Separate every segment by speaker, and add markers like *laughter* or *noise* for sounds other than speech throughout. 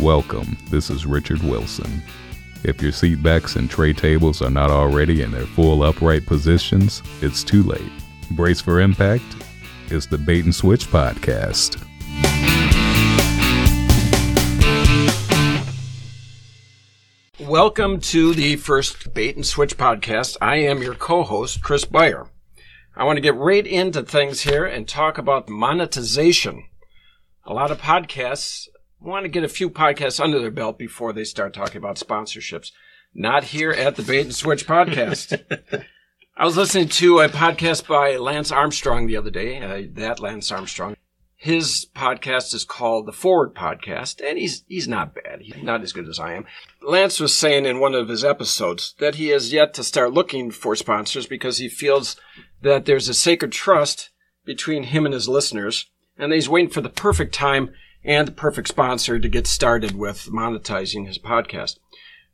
Speaker 1: Welcome, this is Richard Wilson. If your seat backs and tray tables are not already in their full upright positions, it's too late. Brace for impact. It's the Bait and Switch Podcast.
Speaker 2: Welcome to the first Bait and Switch podcast. I am your co-host, Chris Beyer. I want to get right into things here and talk about monetization. A lot of podcasts want to get a few podcasts under their belt before they start talking about sponsorships. Not here at the Bait and Switch podcast. I was listening to a podcast by Lance Armstrong the other day, uh, that Lance Armstrong. His podcast is called The Forward Podcast, and he's he's not bad. He's not as good as I am. Lance was saying in one of his episodes that he has yet to start looking for sponsors because he feels that there's a sacred trust between him and his listeners, and that he's waiting for the perfect time and the perfect sponsor to get started with monetizing his podcast.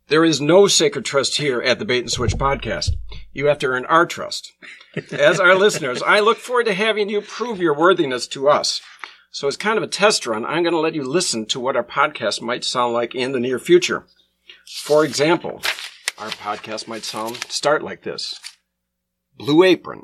Speaker 2: There is no sacred trust here at the Bait and Switch podcast. You have to earn our trust. As our listeners, I look forward to having you prove your worthiness to us. So, as kind of a test run, I'm going to let you listen to what our podcast might sound like in the near future. For example, our podcast might sound start like this. Blue Apron.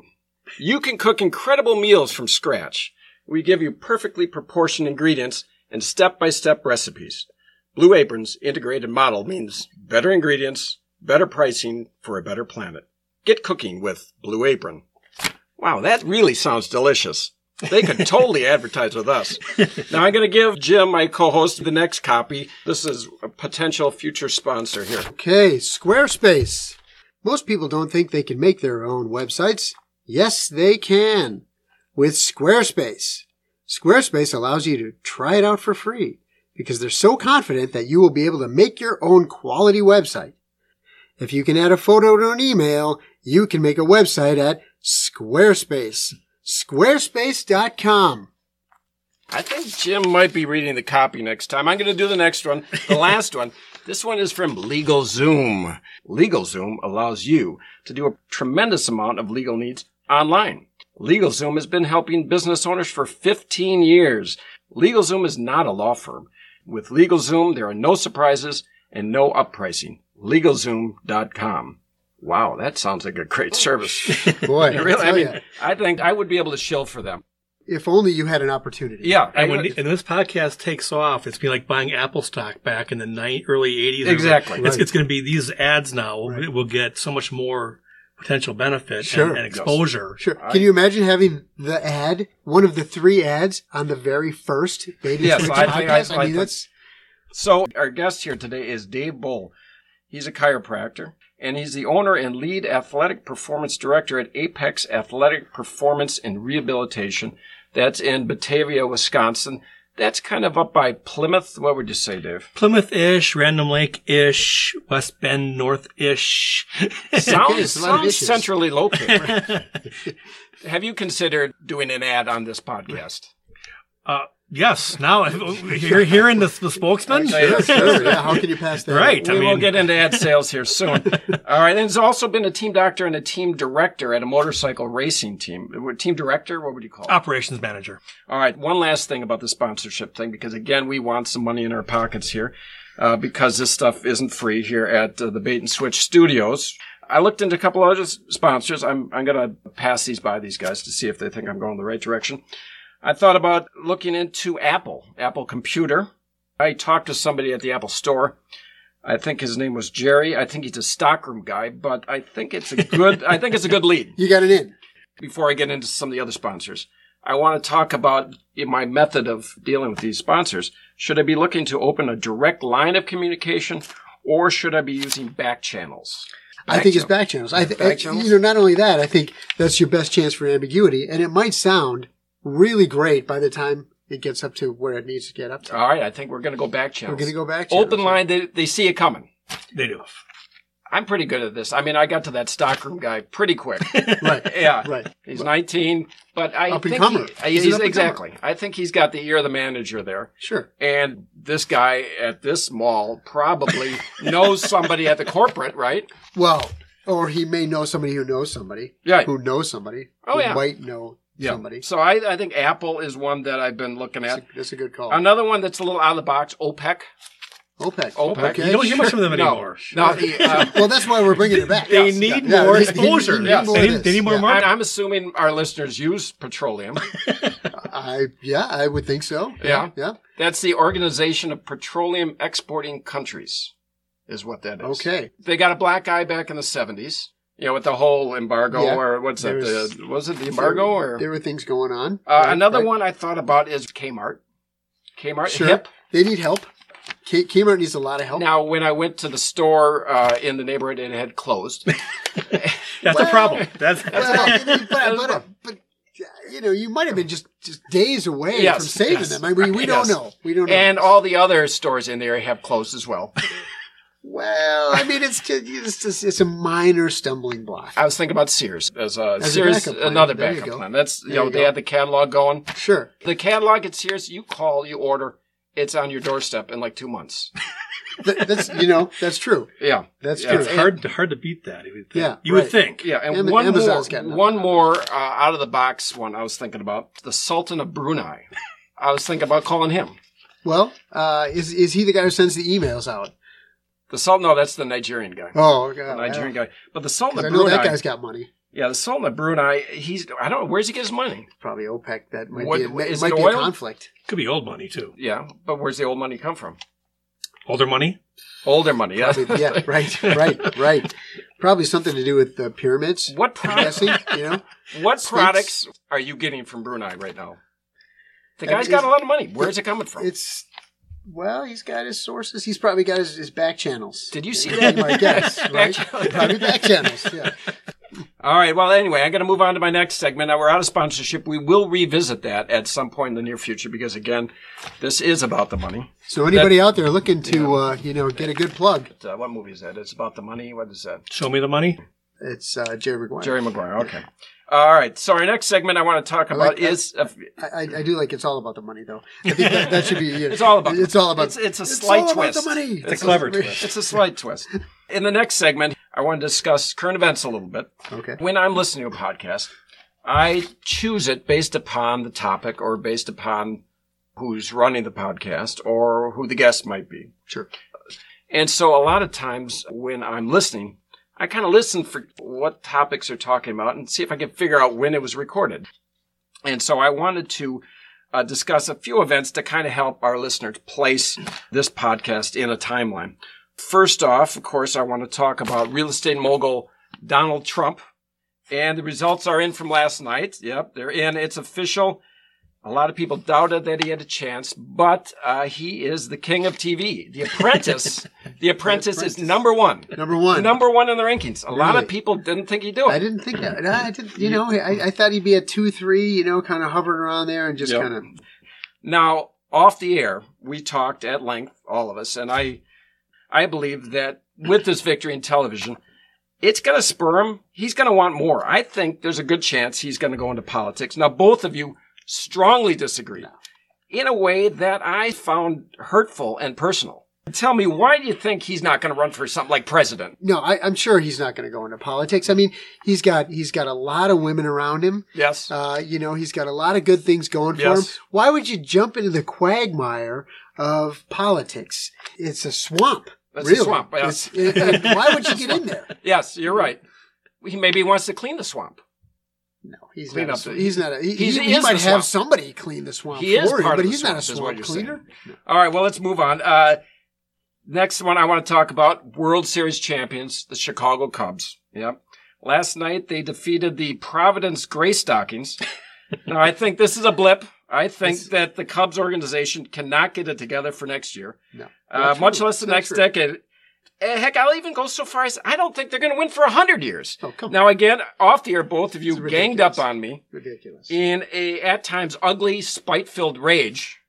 Speaker 2: You can cook incredible meals from scratch. We give you perfectly proportioned ingredients and step-by-step recipes. Blue Apron's integrated model means better ingredients, better pricing for a better planet. Get cooking with Blue Apron. Wow, that really sounds delicious. They could totally advertise with us. Now I'm going to give Jim, my co-host, the next copy. This is a potential future sponsor here.
Speaker 3: Okay, Squarespace. Most people don't think they can make their own websites. Yes, they can. With Squarespace. Squarespace allows you to try it out for free because they're so confident that you will be able to make your own quality website. If you can add a photo to an email, you can make a website at Squarespace.
Speaker 2: *laughs*
Speaker 3: Squarespace.com.
Speaker 2: I think Jim might be reading the copy next time. I'm going to do the next one, the last one. This one is from LegalZoom. LegalZoom allows you to do a tremendous amount of legal needs online. LegalZoom has been helping business owners for 15 years. LegalZoom is not a law firm. With LegalZoom, there are no surprises and no uppricing. LegalZoom.com. Wow, that sounds like a great service.
Speaker 3: Boy, I
Speaker 2: *laughs* really, I
Speaker 3: tell
Speaker 2: mean,
Speaker 3: ya,
Speaker 2: I think I would be able to shill for them.
Speaker 3: if only you had an opportunity.
Speaker 2: Yeah, I
Speaker 4: And when,
Speaker 2: would-
Speaker 4: and this podcast takes off, it's gonna be like buying Apple stock back in the ni- early 80s.
Speaker 2: Exactly.
Speaker 4: It's,
Speaker 3: Right.
Speaker 4: it's going to be these ads now we will get so much more potential benefit and-
Speaker 3: Sure.
Speaker 4: and, exposure.
Speaker 3: Sure. Can you imagine having the ad, one of the three ads on the very first Bait and
Speaker 2: Yes,
Speaker 3: Switch
Speaker 2: I think I-
Speaker 3: podcast? I,
Speaker 2: I
Speaker 3: mean,
Speaker 2: think-
Speaker 3: that's
Speaker 2: So our guest here today is Dave Bull. He's a chiropractor and he's the owner and lead athletic performance director at Apex Athletic Performance and Rehabilitation. That's in Batavia, Wisconsin. That's kind of up by Plymouth. What would you say, Dave?
Speaker 4: Plymouth ish, Random Lake ish, West Bend North ish.
Speaker 2: Sounds,
Speaker 3: *laughs* It's a lot of
Speaker 2: sounds
Speaker 3: issues.
Speaker 2: centrally located.
Speaker 3: *laughs*
Speaker 2: Have you considered doing an ad on this podcast?
Speaker 4: uh, yes. Now *laughs* you're hearing the, the spokesman.
Speaker 3: yeah, sure. Yeah, how can you pass that?
Speaker 4: Right.
Speaker 2: we
Speaker 4: I
Speaker 2: will
Speaker 4: mean-
Speaker 2: get into ad sales here
Speaker 3: *laughs*
Speaker 2: soon. All right. And he's also been a team doctor and a team director at a motorcycle racing team. Team director, what would you call it?
Speaker 4: Operations manager.
Speaker 2: All right. One last thing about the sponsorship thing, because again, we want some money in our pockets here, uh, because this stuff isn't free here at uh, the Bait and Switch Studios. I looked into a couple other s- sponsors. I'm, I'm going to pass these by these guys to see if they think I'm going the right direction. I thought about looking into Apple, Apple Computer. I talked to somebody at the Apple store. I think his name was Jerry. I think he's a stockroom guy, but I think it's a good, I think it's a good lead
Speaker 3: You got it in.
Speaker 2: before I get into some of the other sponsors, I want to talk about my method of dealing with these sponsors. Should I be looking to open a direct line of communication or should I be using back channels?
Speaker 3: I
Speaker 2: Back
Speaker 3: think
Speaker 2: channel.
Speaker 3: it's back channels. I th-
Speaker 2: Back
Speaker 3: I-
Speaker 2: channels?
Speaker 3: You know, not only that, I think that's your best chance for ambiguity, and it might sound really great by the time it gets up to where it needs to get up to.
Speaker 2: All right, I think we're going to go back
Speaker 3: We're
Speaker 2: channels.
Speaker 3: going to go back. Channels.
Speaker 2: Open line, they, they see it coming.
Speaker 4: They do.
Speaker 2: I'm pretty good at this. I mean, I got to that stockroom guy pretty quick.
Speaker 3: *laughs* right?
Speaker 2: Yeah.
Speaker 3: Right.
Speaker 2: He's 19, but I
Speaker 3: Up and
Speaker 2: think
Speaker 3: comer.
Speaker 2: he-
Speaker 3: He's an
Speaker 2: he's-
Speaker 3: up and comer.
Speaker 2: exactly. I think he's got the ear of the manager there.
Speaker 3: Sure.
Speaker 2: And this guy at this mall probably knows somebody at the corporate, right?
Speaker 3: Well, or he may know somebody who knows somebody
Speaker 2: Yeah.
Speaker 3: who knows somebody
Speaker 2: Oh,
Speaker 3: who
Speaker 2: yeah.
Speaker 3: might know somebody.
Speaker 2: So I, I think Apple is one that I've been looking
Speaker 3: That's
Speaker 2: at.
Speaker 3: a, that's a good call.
Speaker 2: Another one that's a little out of the box, OPEC.
Speaker 3: OPEC.
Speaker 2: OPEC.
Speaker 3: Okay.
Speaker 4: You don't hear much from them
Speaker 2: No.
Speaker 4: anymore.
Speaker 2: No, the, uh,
Speaker 3: *laughs* well, that's why we're bringing it
Speaker 2: *laughs*
Speaker 3: back.
Speaker 4: They
Speaker 2: Yes,
Speaker 4: need
Speaker 3: yeah.
Speaker 4: more
Speaker 3: Yeah, they-
Speaker 4: exposure.
Speaker 3: they need
Speaker 4: Yes.
Speaker 3: more
Speaker 4: They
Speaker 3: of
Speaker 4: need,
Speaker 3: this,
Speaker 4: they need more
Speaker 3: yeah.
Speaker 2: I'm,
Speaker 4: market.
Speaker 2: I'm assuming our listeners use petroleum.
Speaker 3: I yeah, I would think so.
Speaker 2: Yeah.
Speaker 3: yeah.
Speaker 2: That's the Organization of Petroleum Exporting Countries, is what that is.
Speaker 3: Okay.
Speaker 2: They got a black eye back in the 70s, you know, with the whole embargo
Speaker 3: Yeah.
Speaker 2: or what's that?
Speaker 3: There's-
Speaker 2: The, was it the embargo or?
Speaker 3: there were things going on.
Speaker 2: Uh,
Speaker 3: Right,
Speaker 2: another
Speaker 3: right.
Speaker 2: one I thought about is Kmart. Kmart,
Speaker 3: Sure.
Speaker 2: hip.
Speaker 3: They need help. K- Kmart needs a lot of help.
Speaker 2: Now, when I went to the store uh, in the neighborhood, it had
Speaker 3: *laughs*
Speaker 2: closed.
Speaker 4: That's
Speaker 3: Well-
Speaker 4: a problem. That's,
Speaker 3: well,
Speaker 2: *laughs*
Speaker 4: that's
Speaker 3: but, but, but you know, you might have been just just days away
Speaker 2: Yes,
Speaker 3: from saving
Speaker 4: yes,
Speaker 3: them. I mean, we
Speaker 2: right,
Speaker 3: don't
Speaker 2: yes.
Speaker 3: know. We don't know.
Speaker 2: and all the other stores in there have closed as well.
Speaker 3: well, I mean, it's just it's just, it's a minor stumbling block.
Speaker 2: I was thinking about Sears as a
Speaker 3: a
Speaker 2: Sears,
Speaker 3: backup plan.
Speaker 2: another
Speaker 3: There you
Speaker 2: backup
Speaker 3: go.
Speaker 2: plan. That's you
Speaker 3: There
Speaker 2: know
Speaker 3: you
Speaker 2: they
Speaker 3: go.
Speaker 2: had the catalog going.
Speaker 3: Sure.
Speaker 2: The catalog at Sears, you call, you order, it's on your doorstep in like two months.
Speaker 3: Th- that's you know that's true.
Speaker 2: Yeah,
Speaker 3: That's
Speaker 2: Yeah.
Speaker 3: true.
Speaker 4: *laughs* it's hard to hard to beat that. You would think.
Speaker 3: Yeah,
Speaker 4: you would
Speaker 3: right.
Speaker 4: think.
Speaker 2: yeah. And
Speaker 3: Am-
Speaker 2: one
Speaker 3: Amazon's got
Speaker 2: more,
Speaker 3: nothing.
Speaker 2: one more uh, out of the box one I was thinking about the Sultan of Brunei. I was thinking about calling him
Speaker 3: Well, uh, is is he the guy who sends the emails out?
Speaker 2: the Sultan. No, that's the Nigerian guy.
Speaker 3: Oh,
Speaker 2: The
Speaker 3: God,
Speaker 2: Nigerian
Speaker 3: yeah.
Speaker 2: guy, but the Sultan
Speaker 3: 'Cause I
Speaker 2: of
Speaker 3: know
Speaker 2: Brunei.
Speaker 3: that guy's got money.
Speaker 2: yeah, the Sultan of Brunei. He's I don't know where's he get his money.
Speaker 3: Probably OPEC. That might
Speaker 2: What-
Speaker 3: be a, it
Speaker 2: is
Speaker 3: might
Speaker 2: it
Speaker 3: be a
Speaker 2: oil? *laughs*
Speaker 3: conflict.
Speaker 4: Could be old money too.
Speaker 2: Yeah, but where's the old money come from?
Speaker 4: Older money.
Speaker 2: Older money. Yeah.
Speaker 3: Probably- yeah,
Speaker 2: *laughs*
Speaker 3: right, right, right. Probably something to do with the pyramids.
Speaker 2: What
Speaker 3: *laughs* I'm
Speaker 2: products?
Speaker 3: guessing, you know.
Speaker 2: What
Speaker 3: Snakes.
Speaker 2: products are you getting from Brunei right now? The
Speaker 3: Uh,
Speaker 2: guy's got
Speaker 3: it's-
Speaker 2: a lot of money. Where's it coming from?
Speaker 3: It's well, he's got his sources. He's probably got his, his back channels.
Speaker 2: Did you see
Speaker 3: That'd be
Speaker 2: that?
Speaker 3: my
Speaker 2: *laughs*
Speaker 3: guess, right?
Speaker 2: channel.
Speaker 3: probably
Speaker 2: *laughs*
Speaker 3: back channels. Yeah.
Speaker 2: All right. Well, anyway, I'm going to move on to my next segment. Now, we're out of sponsorship. We will revisit that at some point in the near future because, again, this is about the money.
Speaker 3: So anybody out there looking to uh, you know get a good plug,
Speaker 2: Uh, what movie is that? It's about the money. What is that?
Speaker 4: Show me the money.
Speaker 3: it's uh, Jerry Maguire.
Speaker 2: Jerry Maguire. Okay. All right. So, our next segment I want to talk about
Speaker 3: like that.
Speaker 2: is uh,
Speaker 3: I, I, I do like it's all about the money though. I think that, that should be
Speaker 2: *laughs* It's all about-
Speaker 3: it's all about
Speaker 2: it's, it's a
Speaker 3: it's
Speaker 2: slight
Speaker 3: all about
Speaker 2: twist.
Speaker 3: the money.
Speaker 4: It's, a clever twist.
Speaker 2: It's a slight twist. In the next segment, I want to discuss current events a little bit.
Speaker 3: Okay.
Speaker 2: When I'm listening to a podcast, I choose it based upon the topic or based upon who's running the podcast or who the guest might be.
Speaker 3: Sure.
Speaker 2: And so a lot of times when I'm listening, I kind of listen for what topics are talking about and see if I can figure out when it was recorded. And so I wanted to uh, discuss a few events to kind of help our listeners place this podcast in a timeline. First off, of course, I want to talk about real estate mogul Donald Trump. And the results are in from last night. Yep, they're in. It's official. A lot of people doubted that he had a chance, but uh, he is the king of TV. The Apprentice. the Apprentice is number one.
Speaker 3: Number one.
Speaker 2: Number one in the rankings. A lot
Speaker 3: Really?
Speaker 2: of people didn't think he'd do it.
Speaker 3: I didn't think that. No, I didn't. You know, I, I thought he'd be a two, three. You know, kind of hovering around there and just
Speaker 2: Yep.
Speaker 3: kind of
Speaker 2: Now, off the air, we talked at length, all of us, and I, I believe that with this victory in television, it's going to spur him. He's going to want more. I think there's a good chance he's going to go into politics. Now, both of you strongly disagree in a way that I found hurtful and personal. Tell me, why do you think he's not going to run for something like president?
Speaker 3: No, I, I'm sure he's not going to go into politics. I mean, he's got he's got a lot of women around him.
Speaker 2: Yes.
Speaker 3: Uh, you know, he's got a lot of good things going for
Speaker 2: Yes.
Speaker 3: him. Why would you jump into the quagmire of politics? It's a swamp.
Speaker 2: It's a
Speaker 3: really.
Speaker 2: swamp, yeah.
Speaker 3: It's-
Speaker 2: *laughs*
Speaker 3: it- and why would you get in there?
Speaker 2: Yes, you're right. He maybe wants to clean the swamp.
Speaker 3: No, he's
Speaker 2: Clean
Speaker 3: not. A,
Speaker 2: up
Speaker 3: sw-
Speaker 2: the-
Speaker 3: he's not. A, he,
Speaker 2: He's-
Speaker 3: he-
Speaker 2: he
Speaker 3: he
Speaker 2: is
Speaker 3: might
Speaker 2: the
Speaker 3: have
Speaker 2: swamp.
Speaker 3: somebody clean the swamp
Speaker 2: He is
Speaker 3: for him,
Speaker 2: part
Speaker 3: but
Speaker 2: of the
Speaker 3: he's
Speaker 2: swamp,
Speaker 3: not a
Speaker 2: is what
Speaker 3: swamp
Speaker 2: you're
Speaker 3: cleaner.
Speaker 2: All right, well, let's move on. Uh, next one I want to talk about World Series champions, the Chicago Cubs. Yep. Last night they defeated the Providence Gray
Speaker 3: *laughs*
Speaker 2: Stockings. now, I think this is a blip. I think that the Cubs organization cannot get it together for next year,
Speaker 3: No,
Speaker 2: uh,
Speaker 3: Not
Speaker 2: much
Speaker 3: true.
Speaker 2: less the
Speaker 3: Not
Speaker 2: next
Speaker 3: true.
Speaker 2: decade. Eh, Heck, I'll even go so far as I don't think they're going to win for 100 years.
Speaker 3: Oh, come on.
Speaker 2: Now, again, off the air, both of you
Speaker 3: It's
Speaker 2: ganged up
Speaker 3: ridiculous.
Speaker 2: on me
Speaker 3: Ridiculous.
Speaker 2: in a at times ugly, spite filled rage.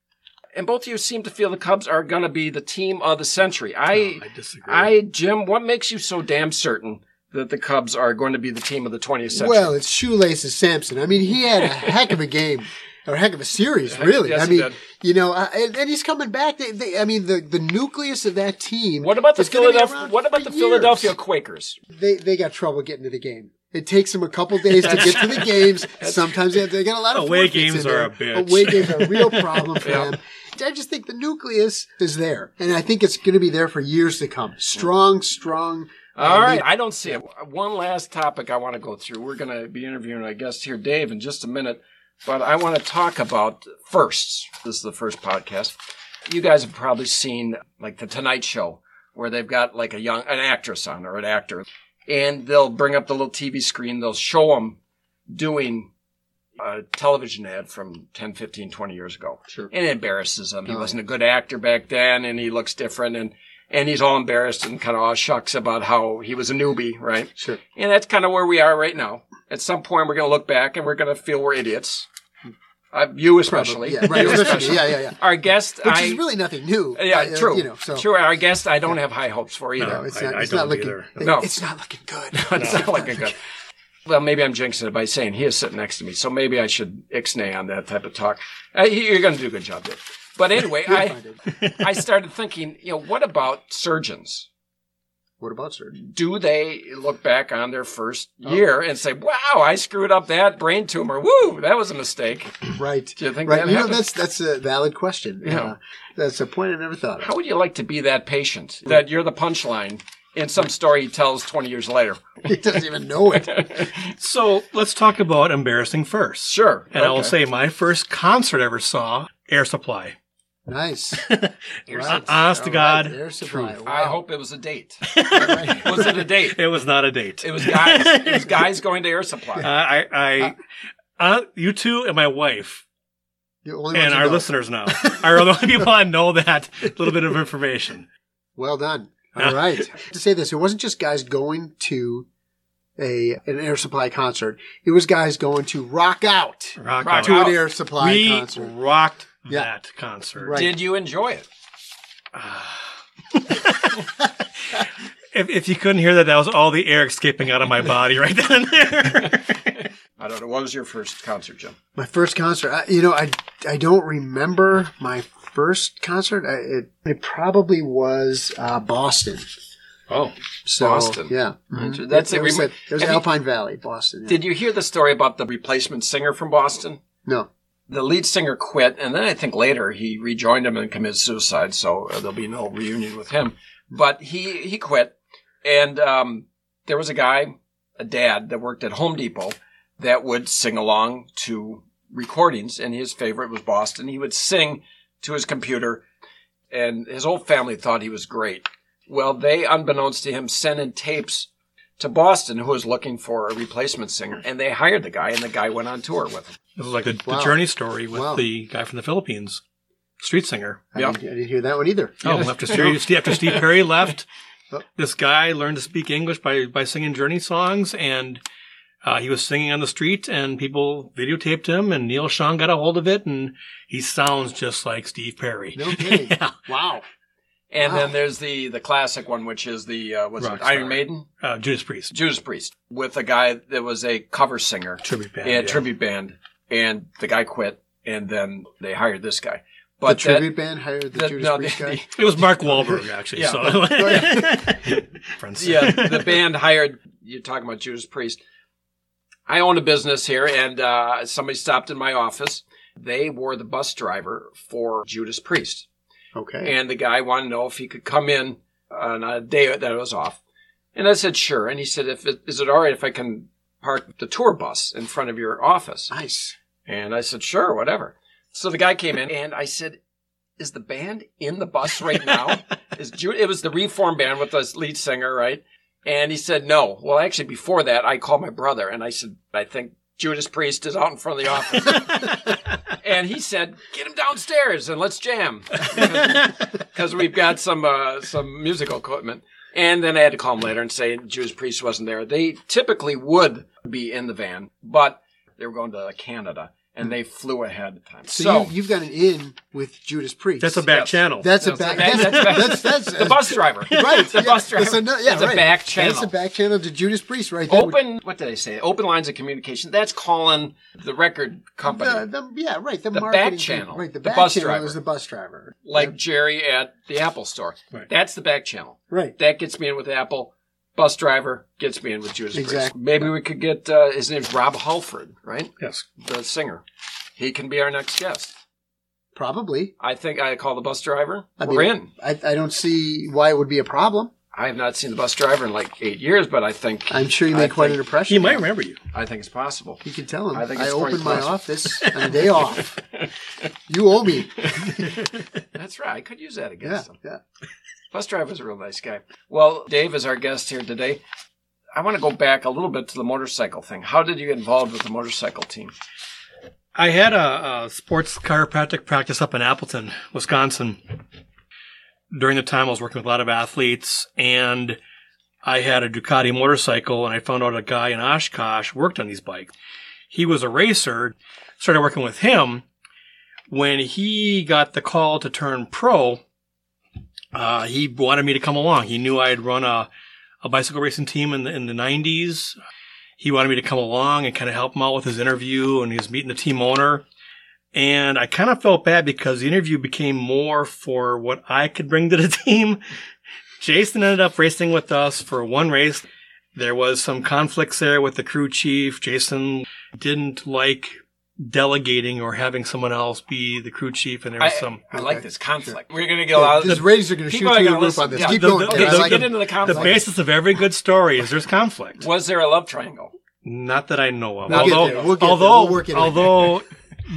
Speaker 2: And both of you seem to feel the Cubs are going to be the team of the century. I,
Speaker 4: Oh, I disagree.
Speaker 2: I, Jim, what makes you so damn certain that the Cubs are going to be the team of the 20th century?
Speaker 3: Well, it's shoelaces Samson. I mean, he
Speaker 2: *laughs*
Speaker 3: had a heck of a game. Or heck of a series, really.
Speaker 2: yes,
Speaker 3: I
Speaker 2: he
Speaker 3: mean,
Speaker 2: did.
Speaker 3: you know, I- and, and he's coming back. They, they, I mean, the, the nucleus of that team.
Speaker 2: what about the
Speaker 3: is gonna be
Speaker 2: Philadelphia?
Speaker 3: around
Speaker 2: What about
Speaker 3: for
Speaker 2: the
Speaker 3: years.
Speaker 2: Philadelphia Quakers?
Speaker 3: They they got trouble getting to the game. It takes them a couple days to get to the
Speaker 2: *laughs*
Speaker 3: games. Sometimes they, they got a lot of
Speaker 4: Away
Speaker 3: forfeits in
Speaker 4: games are
Speaker 3: there.
Speaker 4: a bitch.
Speaker 3: Away games are a real problem
Speaker 2: *laughs*
Speaker 3: for
Speaker 2: Yeah.
Speaker 3: them. I just think the nucleus is there, and I think it's going to be there for years to come. Strong, strong.
Speaker 2: All right, I don't see it. One last topic I want to go through. We're going to be interviewing our guest here, Dave, in just a minute, but I want to talk about firsts. This is the first podcast. You guys have probably seen like the Tonight Show, where they've got like a young an actress on or an actor, and they'll bring up the little TV screen. They'll show them doing a television ad from 10, 15, 20 years ago.
Speaker 3: Sure.
Speaker 2: And it embarrasses him. He wasn't a good actor back then and he looks different and, and he's all embarrassed and kind of aw shucks about how he was a newbie, right?
Speaker 3: Sure.
Speaker 2: And that's kind of where we are right now. At some point, we're going to look back and we're going to feel we're idiots. Uh, you *laughs* especially.
Speaker 3: Hmm. Yeah, right.
Speaker 2: You
Speaker 3: Especially, yeah, yeah, yeah.
Speaker 2: Our guest,
Speaker 3: Which
Speaker 2: I,
Speaker 3: is really nothing new.
Speaker 2: yeah,
Speaker 3: uh,
Speaker 2: true,
Speaker 3: You know, so
Speaker 2: true. Our guest, I don't have high hopes for either.
Speaker 3: No, it's
Speaker 4: I-
Speaker 3: not.
Speaker 4: I
Speaker 3: it's not
Speaker 4: don't
Speaker 3: looking. *laughs*
Speaker 4: either.
Speaker 2: No.
Speaker 3: it's not looking good.
Speaker 2: *laughs* it's not like a
Speaker 3: *laughs*
Speaker 2: good. Well, maybe I'm jinxing it by saying he is sitting next to me, so maybe I should ixnay on that type of talk. Uh, you- you're going to do a good job, Dave.
Speaker 3: *laughs*
Speaker 2: But anyway, I, I started thinking, you know, what about surgeons?
Speaker 3: What about surgery?
Speaker 2: Do they look back on their first
Speaker 3: Oh.
Speaker 2: year and say, wow, I screwed up that brain tumor. Woo, that was a mistake.
Speaker 3: Right.
Speaker 2: Do you think
Speaker 3: right.
Speaker 2: that
Speaker 3: you know,
Speaker 2: happens?
Speaker 3: that's that's a valid question.
Speaker 2: Yeah.
Speaker 3: Uh, that's a point I never thought
Speaker 2: How
Speaker 3: of.
Speaker 2: would you like to be that patient
Speaker 3: Mm.
Speaker 2: that you're the punchline in some story he tells 20 years later?
Speaker 3: *laughs* He doesn't even know
Speaker 2: *laughs*
Speaker 3: it.
Speaker 4: So let's talk about embarrassing first.
Speaker 2: Sure.
Speaker 4: And I will
Speaker 2: Okay.
Speaker 4: say my first concert I ever saw Air Supply. *laughs*
Speaker 3: Nice. Right.
Speaker 4: Honest to
Speaker 3: All
Speaker 4: God,
Speaker 3: right. Air supply.
Speaker 2: I
Speaker 3: Wow.
Speaker 2: hope it was a date.
Speaker 3: *laughs*
Speaker 2: was it a date?
Speaker 4: It was not a date.
Speaker 2: It was *laughs* guys. It was guys going to air
Speaker 4: Uh,
Speaker 2: supply.
Speaker 4: I, I, uh, you two and my wife
Speaker 3: The only ones
Speaker 4: and
Speaker 3: who
Speaker 4: our
Speaker 3: know.
Speaker 4: listeners now are the only people that know that little bit of information.
Speaker 3: Well done. All right. *laughs* to say this, it wasn't just guys going to a an Air Supply concert. It was guys going to rock out
Speaker 2: Rock
Speaker 4: Rock, out.
Speaker 3: to an Air Supply
Speaker 4: we
Speaker 3: concert.
Speaker 4: rocked
Speaker 3: Yeah.
Speaker 4: that concert.
Speaker 3: Right.
Speaker 2: Did you enjoy it?
Speaker 4: If, if you couldn't hear that, that was all the air escaping out of my body right then and there.
Speaker 2: I don't know. What was your first concert, Jim?
Speaker 3: My first concert. I, you know, I I don't remember my first concert. I, it, it probably was uh, Boston.
Speaker 2: Oh,
Speaker 3: So,
Speaker 2: Boston. Mm-hmm.
Speaker 3: Yeah.
Speaker 2: That's
Speaker 3: It
Speaker 2: it.
Speaker 3: was,
Speaker 2: Remi-
Speaker 3: at, it was
Speaker 2: Have you-
Speaker 3: Alpine Valley, Boston. yeah.
Speaker 2: Did you hear the story about the replacement singer from Boston?
Speaker 3: no.
Speaker 2: The lead singer quit, and then I think later he rejoined him and committed suicide. So uh, there'll be no reunion with him. But he he quit, and um, there was a guy, a dad that worked at Home Depot that would sing along to recordings, and his favorite was Boston. He would sing to his computer, and his whole family thought he was great. Well, they, unbeknownst to him, sent in tapes to Boston, who was looking for a replacement singer, and they hired the guy, and the guy went on tour with him.
Speaker 4: This is like the, the
Speaker 3: Wow.
Speaker 4: journey story with
Speaker 3: Wow.
Speaker 4: the guy from the Philippines,
Speaker 3: *laughs*
Speaker 4: street singer.
Speaker 3: I,
Speaker 2: Yeah.
Speaker 3: didn't, I didn't hear that one either.
Speaker 4: Oh, after Steve, Steve- after Steve
Speaker 3: *laughs*
Speaker 4: Perry left,
Speaker 3: Oh.
Speaker 4: this guy learned to speak English by, by singing Journey songs, and uh, he was singing on the street, and people videotaped him, and Neil Sean got a hold of it, and he sounds just like Steve Perry.
Speaker 2: *laughs*
Speaker 3: No kidding.
Speaker 4: Yeah.
Speaker 3: Wow.
Speaker 2: And
Speaker 3: Wow.
Speaker 2: then there's the the classic one, which is the uh, what's it,
Speaker 4: Rockstar.
Speaker 2: Iron Maiden,
Speaker 4: Uh, Judas Priest
Speaker 2: Judas Priest, with a guy that was a cover singer,
Speaker 4: tribute band.
Speaker 2: yeah, tribute band, and the guy quit, and then they hired this guy.
Speaker 3: The
Speaker 2: But that- *laughs*
Speaker 3: tribute band hired the
Speaker 2: that-
Speaker 3: Judas
Speaker 2: no,
Speaker 3: Priest
Speaker 2: the-
Speaker 3: guy.
Speaker 2: the-
Speaker 4: It was Mark Wahlberg
Speaker 2: *laughs*
Speaker 4: actually.
Speaker 2: Yeah. Oh,
Speaker 4: So. *laughs* Friends.
Speaker 2: yeah, the band hired. You're talking about Judas Priest. I own a business here, and uh, somebody stopped in my office. They were the bus driver for Judas Priest,
Speaker 3: okay.
Speaker 2: and the guy wanted to know if he could come in on a day that I was off. And I said sure, and he said, "If it, is it all right if I can park the tour bus in front of your office?"
Speaker 3: nice.
Speaker 2: And I said, sure, whatever. So the guy came in and I said, is the band in the bus right now? is Ju- It was the reform band with the lead singer, right? And he said, no. Well, actually, before that, I called my brother and I said, I think Judas Priest is out in front of the
Speaker 4: *laughs*
Speaker 2: office. and he said, get him downstairs and let's jam because we've got some, uh, some musical equipment. And then I had to call him later and say Judas Priest wasn't there. They typically would be in the van, but they were going to Canada and they flew ahead of time.
Speaker 3: So,
Speaker 2: So,
Speaker 3: you, you've got an in with Judas Priest.
Speaker 4: That's a back
Speaker 2: Yes.
Speaker 4: channel.
Speaker 3: That's a
Speaker 2: That's a
Speaker 3: back.
Speaker 2: back-
Speaker 3: That's
Speaker 2: that's a back-
Speaker 3: that's that's
Speaker 2: the bus driver.
Speaker 3: *laughs* Right.
Speaker 2: The bus driver.
Speaker 3: That's a, no- yeah,
Speaker 2: It's a
Speaker 3: right.
Speaker 2: back channel. Oh,
Speaker 3: That's a back channel to Judas Priest right there.
Speaker 2: Open, what did I say? Open lines of communication. That's calling the record company,
Speaker 3: The, the, yeah, right. The,
Speaker 2: The back
Speaker 3: marketing
Speaker 2: channel.
Speaker 3: Right, the,
Speaker 2: The
Speaker 3: back
Speaker 2: bus
Speaker 3: channel
Speaker 2: driver.
Speaker 3: is the bus driver.
Speaker 2: like Jerry at the Apple store.
Speaker 4: Right.
Speaker 2: That's the back channel.
Speaker 3: Right.
Speaker 2: That gets me in with Apple. Bus driver gets me in with Judas Priest.
Speaker 3: Exactly.
Speaker 2: Maybe we could get, uh, his name's Rob Halford, right?
Speaker 4: yes.
Speaker 2: The singer. He can be our next guest.
Speaker 3: Probably.
Speaker 2: I think I call the bus driver.
Speaker 3: I
Speaker 2: We're in.
Speaker 3: I, I don't see why it would be a problem.
Speaker 2: I have not seen the bus driver in like eight years, but I think
Speaker 3: I'm sure you made
Speaker 2: I
Speaker 3: quite an
Speaker 2: think-
Speaker 3: impression.
Speaker 4: He might remember you.
Speaker 2: I think it's possible.
Speaker 3: You can tell him.
Speaker 2: I
Speaker 3: I,
Speaker 2: think it's quite
Speaker 3: opened my
Speaker 2: possible.
Speaker 3: office on
Speaker 2: *laughs*
Speaker 3: a day off. You owe me.
Speaker 2: That's right. I could use that
Speaker 3: Yeah,
Speaker 2: against him.
Speaker 3: yeah.
Speaker 2: Bus driver's a real nice guy. Well, Dave is our guest here today. I want to go back a little bit to the motorcycle thing. How did you get involved with the motorcycle team?
Speaker 4: I had a, a sports chiropractic practice up in Appleton, Wisconsin. During the time, I was working with a lot of athletes, and I had a Ducati motorcycle, and I found out a guy in Oshkosh worked on these bikes. He was a racer. Started working with him. When he got the call to turn pro, uh, he wanted me to come along. He knew I had run a, a bicycle racing team in the, in the 90s he wanted me to come along and kind of help him out with his interview and he was meeting the team owner and i kind of felt bad because the interview became more for what i could bring to the *laughs* team jason ended up racing with us for one race there was some conflicts there with the crew chief jason didn't like delegating or having someone else be the crew chief and there was
Speaker 2: I,
Speaker 4: some
Speaker 2: I like
Speaker 3: okay,
Speaker 2: this conflict. We're going to get a lot
Speaker 3: Yeah,
Speaker 2: of
Speaker 3: His ratings are going to shoot
Speaker 2: People are
Speaker 3: through the
Speaker 2: gonna
Speaker 3: roof
Speaker 2: listen.
Speaker 3: on this.
Speaker 2: Yeah,
Speaker 3: Keep
Speaker 4: the-
Speaker 3: going.
Speaker 4: the-
Speaker 3: Ken. I
Speaker 4: the-
Speaker 3: like
Speaker 2: get
Speaker 3: it.
Speaker 2: into the
Speaker 4: the
Speaker 2: conflict.
Speaker 4: basis of every good story is there's conflict
Speaker 2: was there a love triangle?
Speaker 4: Not that I know of.
Speaker 3: We'll get
Speaker 4: although,
Speaker 3: there. We'll get there.
Speaker 4: although,
Speaker 3: We'll work it in.
Speaker 4: although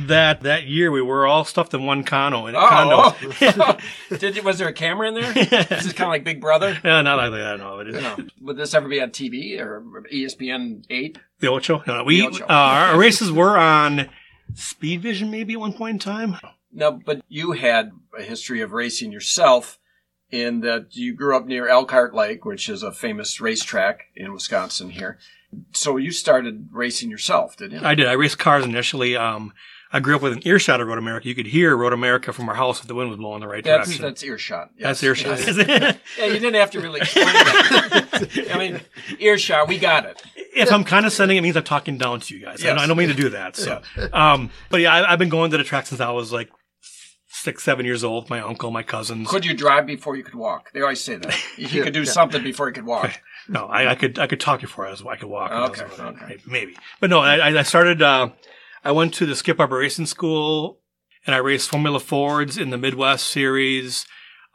Speaker 4: that that year we were all stuffed in one condo. In a
Speaker 2: Oh,
Speaker 4: condo.
Speaker 2: oh. did you, was there a camera in there? this is kind of like Big Brother.
Speaker 4: No, not like that. No, it is.
Speaker 2: No. Would this ever be on TV or E ESPN eight?
Speaker 4: The Ocho. No, we
Speaker 2: The Ocho.
Speaker 4: Uh, our races were on Speed Vision maybe at one point in time.
Speaker 2: No, but you had a history of racing yourself in that you grew up near Elkhart Lake, which is a famous racetrack in Wisconsin here. So you started racing yourself, did you?
Speaker 4: I did. I raced cars initially. Um, I grew up with an earshot of Road America. You could hear Road America from our house if the wind was blowing the right
Speaker 2: that's,
Speaker 4: direction.
Speaker 2: that's earshot. Yes.
Speaker 4: That's earshot.
Speaker 2: Yeah, you didn't have to really explain that. I mean, earshot, we got it.
Speaker 4: if I'm condescending, it means I'm talking down to you guys. I, don't, I don't mean to do that. So, *laughs* um, but yeah, I, I've been going to the track since I was like six, seven years old. My uncle, my cousins.
Speaker 2: Could you drive before you could walk? They always say
Speaker 3: *laughs*
Speaker 2: that. You could do something before you could walk.
Speaker 4: No, I, I could I could talk before I was I could walk. when I was
Speaker 2: Okay,
Speaker 4: around,
Speaker 2: okay.
Speaker 4: right? maybe. But no, I, I- I started. Uh, I went to the Skip Upper Racing School, and I raced Formula Fords in the Midwest Series.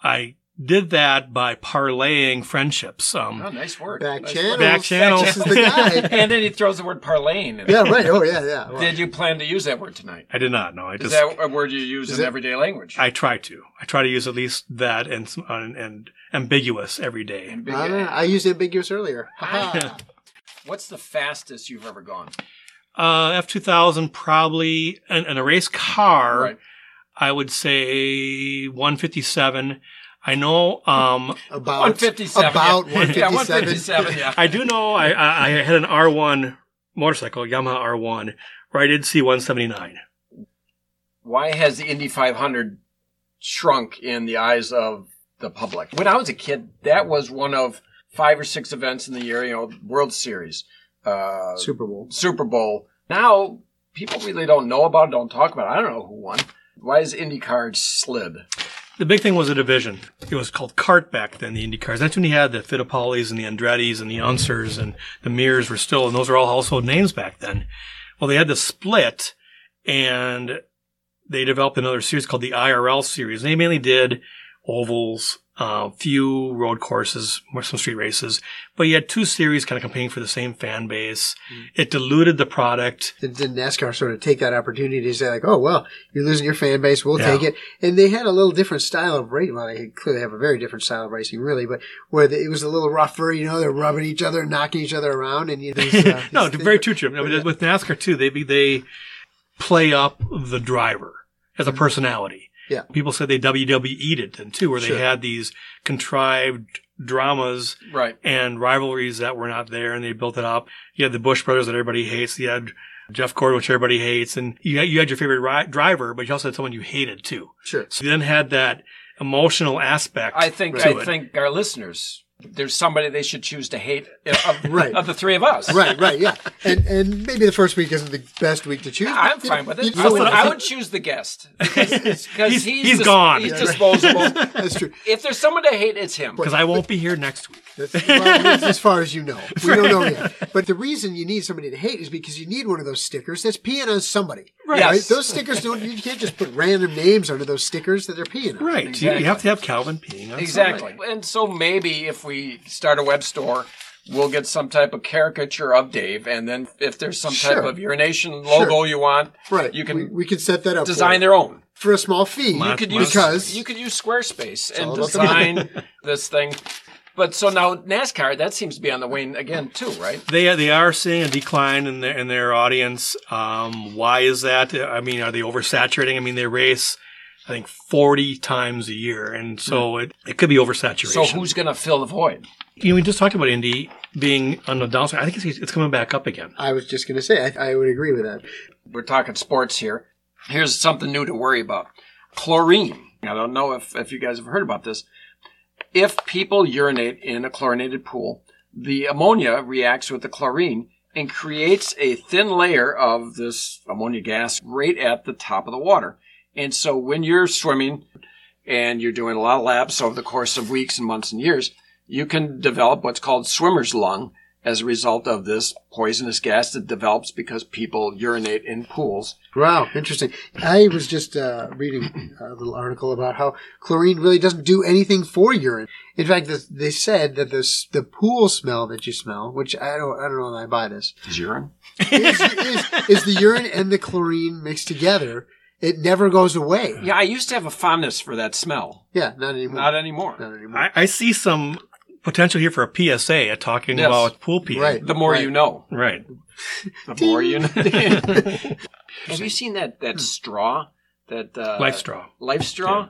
Speaker 4: I did that by parlaying friendships. Um,
Speaker 2: Oh, nice work.
Speaker 3: Back
Speaker 2: nice
Speaker 3: channels.
Speaker 4: Back channels.
Speaker 3: This is the guy.
Speaker 2: *laughs* And then he throws the word parlaying in.
Speaker 3: yeah, right. Oh, yeah, yeah. Well,
Speaker 2: Did you plan to use that word tonight?
Speaker 4: I did not. know. I
Speaker 2: Is
Speaker 4: just
Speaker 2: that a word you use
Speaker 3: Is
Speaker 2: in
Speaker 3: it-
Speaker 2: everyday language?
Speaker 4: I try to. I try to use at least that and some- and, and ambiguous every day.
Speaker 2: And big-
Speaker 3: I, don't know. I used ambiguous earlier. Ha-ha.
Speaker 2: What's the fastest you've ever gone?
Speaker 4: Uh, F two thousand probably in, in a race car.
Speaker 2: Right.
Speaker 4: I would say one fifty seven. I know. Um,
Speaker 3: about
Speaker 2: 157, *laughs*
Speaker 3: About
Speaker 2: yeah.
Speaker 3: 157.
Speaker 2: Yeah, 157, yeah.
Speaker 4: I do know. I, I I had an R one motorcycle, Yamaha R one, where I did see one seventy nine.
Speaker 2: Why has the Indy 500 shrunk in the eyes of the public? When I was a kid, that was one of five or six events in the year, you know, World Series, uh,
Speaker 3: Super Bowl.
Speaker 2: Super Bowl. Now, people really don't know about it, don't talk about it. I don't know who won. Why is IndyCar slid?
Speaker 4: The big thing was a division. It was called kart back then, the Indy cars. That's when you had the Fittipaldis and the Andrettis and the Unsers and the Mears were still, and those were all household names back then. Well, they had the split and they developed another series called the IRL series. They mainly did ovals, uh, few road courses, more some street races, but you had two series kind of competing for the same fan base. It diluted the product.
Speaker 3: Did, did NASCAR sort of take that opportunity to say like, oh well, you're losing your fan base, we'll
Speaker 4: Yeah.
Speaker 3: take it. And they had a little different style of racing. Well, they clearly have a very different style of racing, really, but where the, it was a little rougher. You know, they're rubbing each other, knocking each other around, and you know,
Speaker 2: *laughs*
Speaker 3: these, uh,
Speaker 4: *laughs* no,
Speaker 3: these-
Speaker 4: very true, Jim. I mean, with NASCAR too, they be they play up the driver as a
Speaker 2: Mm-hmm.
Speaker 4: personality.
Speaker 3: Yeah.
Speaker 4: people said they WWE'd it then too, where they
Speaker 3: Sure.
Speaker 4: had these contrived dramas
Speaker 2: Right.
Speaker 4: and rivalries that were not there, and they built it up. You had the Bush brothers that everybody hates. You had Jeff Gordon, which everybody hates, and you had, you had your favorite ri- driver, but you also had someone you hated too.
Speaker 3: Sure.
Speaker 4: So you then had that emotional aspect.
Speaker 2: I think
Speaker 4: to
Speaker 2: I
Speaker 4: it.
Speaker 2: think our listeners, there's somebody they should choose to hate uh, of,
Speaker 3: Right.
Speaker 2: of the three of us.
Speaker 3: Right, right, yeah, and and maybe the first week isn't the best week to choose.
Speaker 2: I'm fine with it.
Speaker 3: You
Speaker 2: I
Speaker 3: know
Speaker 2: would,
Speaker 3: what?
Speaker 2: I would choose the guest because he's,
Speaker 4: He's- he's gone.
Speaker 2: He's
Speaker 4: Yeah,
Speaker 2: disposable.
Speaker 3: *laughs* That's true.
Speaker 2: if there's someone to hate, it's him.
Speaker 4: because I won't be here next week.
Speaker 3: That's,
Speaker 2: *laughs*
Speaker 3: well, that's as far as you know. We don't know yet. But the reason you need somebody to hate is because you need one of those stickers that's peeing on somebody. Right.
Speaker 2: Yes.
Speaker 3: right? Those stickers don't. You can't just put random names under those stickers that they're peeing. on.
Speaker 4: Right. You-
Speaker 2: Exactly.
Speaker 4: You have to have Calvin peeing on
Speaker 2: Exactly.
Speaker 4: somebody.
Speaker 2: And so maybe if we start a web store, we'll get some type of caricature of Dave. And then if there's some type
Speaker 3: Sure.
Speaker 2: of urination logo you want,
Speaker 3: Right.
Speaker 2: you
Speaker 3: we,
Speaker 2: can
Speaker 3: we can set that up.
Speaker 2: design
Speaker 3: for,
Speaker 2: their own.
Speaker 3: for a small fee.
Speaker 4: Mon-
Speaker 2: You could use
Speaker 4: Monsters.
Speaker 3: because
Speaker 2: you could use Squarespace and
Speaker 3: all about the money.
Speaker 2: design *laughs* this thing. But so now NASCAR, that seems to be on the wane again too, right?
Speaker 4: They they are seeing a decline in their in their audience. Um, why is that? I mean, are they oversaturating? I mean, they race, I think, forty times a year, and
Speaker 3: Hmm.
Speaker 4: so it, it could be oversaturation.
Speaker 2: So who's going to fill the void?
Speaker 4: you know, we just talked about Indy being on the downside. I think it's, it's coming back up again.
Speaker 3: I was just going to say I, I would agree with that.
Speaker 2: We're talking sports here. Here's something new to worry about: chlorine. I don't know if if you guys have heard about this. If people urinate in a chlorinated pool, the ammonia reacts with the chlorine and creates a thin layer of this ammonia gas right at the top of the water. And so when you're swimming, and you're doing a lot of laps over the course of weeks and months and years, you can develop what's called swimmer's lung as a result of this poisonous gas that develops because people urinate in pools.
Speaker 3: Wow, interesting. I was just uh, reading a little article about how chlorine really doesn't do anything for urine. In fact, the, they said that the s- the pool smell that you smell, which I don't, I don't know that I buy this,
Speaker 2: Is urine?
Speaker 3: *laughs* is, is, is the urine and the chlorine mixed together. It never goes away.
Speaker 2: Yeah, I used to have a fondness for that smell.
Speaker 3: Yeah, not anymore.
Speaker 2: Not anymore.
Speaker 3: Not anymore.
Speaker 4: I, I see some potential here for a PSA at talking
Speaker 2: Yes.
Speaker 4: about pool pee.
Speaker 3: Right.
Speaker 2: The more you know,
Speaker 4: Right.
Speaker 2: the more you know. *laughs* have you seen that that straw? That uh,
Speaker 4: Life straw.
Speaker 2: Life straw?
Speaker 4: Yeah.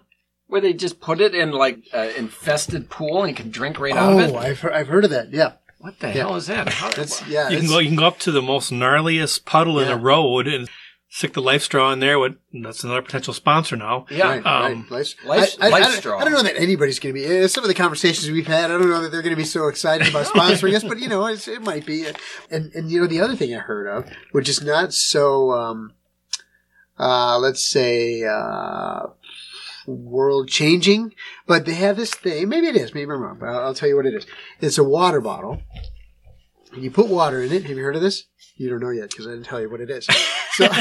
Speaker 2: Where they just put it in like an infested pool and you can drink right out of
Speaker 3: oh,
Speaker 2: it.
Speaker 3: I've, he- I've heard of that. Yeah,
Speaker 2: What the hell is that? How-
Speaker 3: that's yeah.
Speaker 4: You can
Speaker 3: it's-
Speaker 4: go. You can go up to the most gnarliest puddle in
Speaker 3: Yeah.
Speaker 4: the road and stick the life straw in there. What? That's another potential sponsor now.
Speaker 2: yeah.
Speaker 3: Right,
Speaker 4: um,
Speaker 3: right. Life,
Speaker 2: life-
Speaker 3: I, I,
Speaker 2: life
Speaker 3: I don't-
Speaker 2: straw.
Speaker 3: I don't know that anybody's going to be. Uh, some of the conversations we've had, I don't know that they're going to be so excited *laughs* about sponsoring us, but you know, it's, it might be. And and you know, the other thing I heard of, which is not so, um, uh, let's say, uh, world changing, but they have this thing. Maybe it is. Maybe I'm wrong. But I'll, I'll tell you what it is. It's a water bottle, and you put water in it. Have you heard of this? You don't know yet because I didn't tell you what it is. So, *laughs*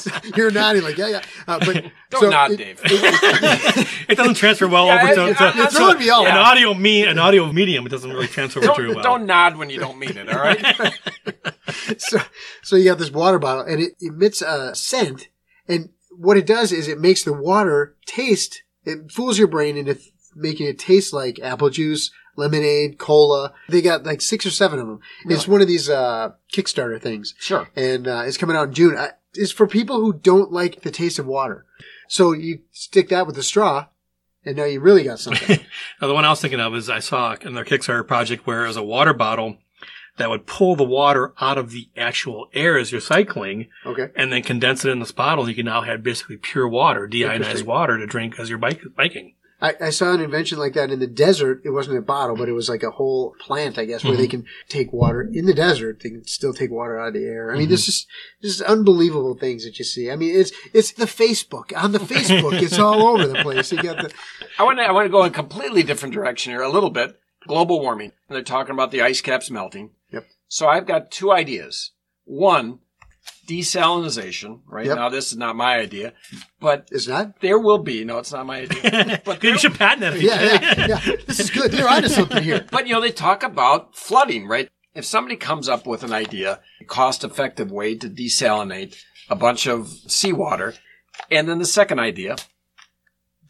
Speaker 3: so you're nodding like yeah, yeah. Uh, but
Speaker 2: *laughs* Don't
Speaker 3: so
Speaker 2: nod,
Speaker 3: it-
Speaker 2: Dave.
Speaker 4: *laughs* It doesn't transfer well
Speaker 2: Yeah,
Speaker 4: over to,
Speaker 2: I-
Speaker 4: to-
Speaker 2: I- I'm
Speaker 4: to
Speaker 3: throwing me off.
Speaker 4: an audio me an audio medium. It doesn't really transfer over
Speaker 2: don't,
Speaker 4: too well.
Speaker 2: don't nod when you don't mean it, all right?
Speaker 3: so, so you got this water bottle and it emits a scent. And what it does is it makes the water taste, it fools your brain into th- making it taste like apple juice, lemonade, cola. They got like six or seven of them. It's one of these, uh, Kickstarter things.
Speaker 2: *laughs* sure.
Speaker 3: And, uh, it's coming out in June. I, it's for people who don't like the taste of water. So you stick that with the straw and now you really got something.
Speaker 4: Now, the one I was thinking of is I saw in their Kickstarter project where it was a water bottle that would pull the water out of the actual air as you're cycling
Speaker 3: Okay.
Speaker 4: and then condense it in this bottle. You can now have basically pure water, deionized
Speaker 3: Interesting.
Speaker 4: water to drink as you're bike, biking.
Speaker 3: I, I saw an invention like that in the desert. It wasn't a bottle, but it was like a whole plant, I guess, where they can take water in the desert. They can still take water out of the air. I mean, this is this is unbelievable things that you see. I mean, it's it's the Facebook on the Facebook. it's all over the place. You got the
Speaker 2: I want to I want to go in a completely different direction here a little bit. Global warming. They're talking about the ice caps melting.
Speaker 3: Yep.
Speaker 2: So I've got two ideas. One, desalinization. Right
Speaker 3: Yep.
Speaker 2: now, this is not my idea, but *laughs*
Speaker 3: is that.
Speaker 2: there will be. No, it's not my
Speaker 4: *laughs*
Speaker 2: idea. but
Speaker 4: You
Speaker 2: there,
Speaker 4: should patent it.
Speaker 3: Yeah, yeah, yeah. This is good. They're onto something here.
Speaker 2: But you know, they talk about flooding, right? If somebody comes up with an idea, a cost effective way to desalinate a bunch of seawater, and then the second idea,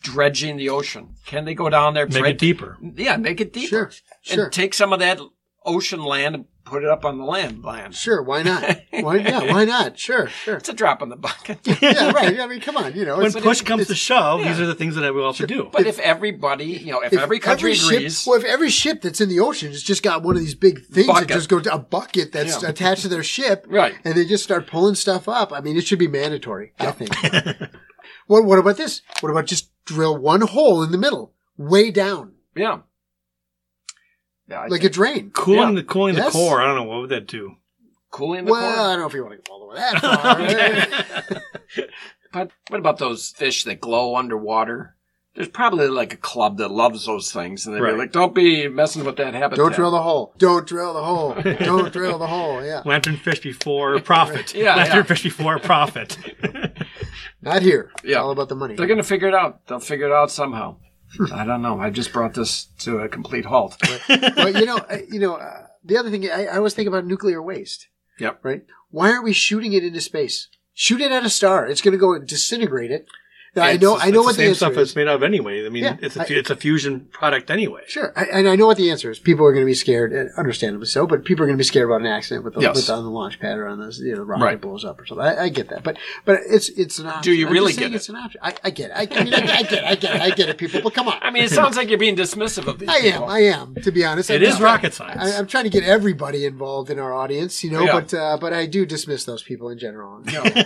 Speaker 2: dredging the ocean. Can they go down there,
Speaker 4: Make
Speaker 2: dredge-
Speaker 4: it deeper.
Speaker 2: Yeah, make it deeper.
Speaker 3: Sure, sure.
Speaker 2: And take some of that ocean land and put it up on the land land.
Speaker 3: Sure,
Speaker 2: *laughs*
Speaker 3: why not? Why yeah, why not? Sure, sure.
Speaker 2: It's a drop in the bucket.
Speaker 3: Yeah, right. I mean, come on, you know.
Speaker 4: When
Speaker 3: it's-
Speaker 4: push comes to shove,
Speaker 2: yeah.
Speaker 4: these are the things that we all should do.
Speaker 2: But if everybody, you know, if, every country agrees,
Speaker 3: Ship, well, if every ship that's in the ocean has just got one of these big things
Speaker 2: Bucket.
Speaker 3: that just go to a bucket that's
Speaker 2: Yeah.
Speaker 3: attached to their ship,
Speaker 2: Right.
Speaker 3: And they just start pulling stuff up. I mean, it should be mandatory. I think.
Speaker 2: *laughs*
Speaker 3: what What about this? What about just drill one hole in the middle, way down,
Speaker 2: yeah. Yeah, I
Speaker 3: like
Speaker 2: think
Speaker 3: a drain?
Speaker 4: Cooling
Speaker 2: Yeah.
Speaker 4: the cooling
Speaker 3: Yes.
Speaker 4: the core, I don't know what would
Speaker 3: *laughs*
Speaker 4: that do.
Speaker 2: cooling the
Speaker 3: Well,
Speaker 2: core.
Speaker 3: I don't know if you want to go all the way that
Speaker 2: *laughs*
Speaker 3: far.
Speaker 2: But what about those fish that glow underwater? There's probably like a club that loves those things, and they're
Speaker 4: Right.
Speaker 2: like, "Don't be messing with that habitat."
Speaker 3: Don't drill the hole. Don't drill the hole. Don't drill the hole. Yeah.
Speaker 2: *laughs*
Speaker 4: Lanternfish before profit.
Speaker 2: Yeah, yeah.
Speaker 4: Lanternfish before profit.
Speaker 3: Not here.
Speaker 2: Yeah.
Speaker 3: All about the money.
Speaker 2: They're going to figure it out. They'll figure it out
Speaker 3: *laughs*
Speaker 2: somehow. I don't know. I just brought this to a complete halt.
Speaker 3: well, you know, I- you know, uh, the other thing I, I was thinking about nuclear waste.
Speaker 2: Yep.
Speaker 3: Right. Why aren't we shooting it into space? Shoot it at a star. It's going to go and disintegrate it. Now, I
Speaker 4: It's
Speaker 3: know.
Speaker 4: the-
Speaker 3: I know
Speaker 4: it's
Speaker 3: what
Speaker 4: the
Speaker 3: the
Speaker 4: same
Speaker 3: answer
Speaker 4: stuff
Speaker 3: is.
Speaker 4: it's made of anyway. I mean,
Speaker 3: Yeah,
Speaker 4: it's a
Speaker 3: I-
Speaker 4: fu- it's a fusion product anyway.
Speaker 3: Sure, I, and I know what the answer is. People are going to be scared, and understandably so. But people are going to be scared about an accident with the,
Speaker 2: Yes.
Speaker 3: with on the launch pad or on the you know, the rocket
Speaker 2: Right.
Speaker 3: blows up or something. I, I get that, but but it's it's an option.
Speaker 2: Do you
Speaker 3: I'm
Speaker 2: really
Speaker 3: just saying
Speaker 2: get it?
Speaker 3: It's an option. I, I get it. I, I mean, I, I get it. I get it. I get it. People, but
Speaker 2: *laughs*
Speaker 3: come on.
Speaker 2: I mean, it sounds like you're being dismissive of these
Speaker 3: I am.
Speaker 2: people.
Speaker 3: I am. To be honest, I'm
Speaker 4: It is
Speaker 3: not-
Speaker 4: rocket science.
Speaker 3: I, I'm trying to get everybody involved in our audience, you know.
Speaker 2: Yeah.
Speaker 3: But uh, but I do dismiss those people in
Speaker 4: *laughs*
Speaker 3: general.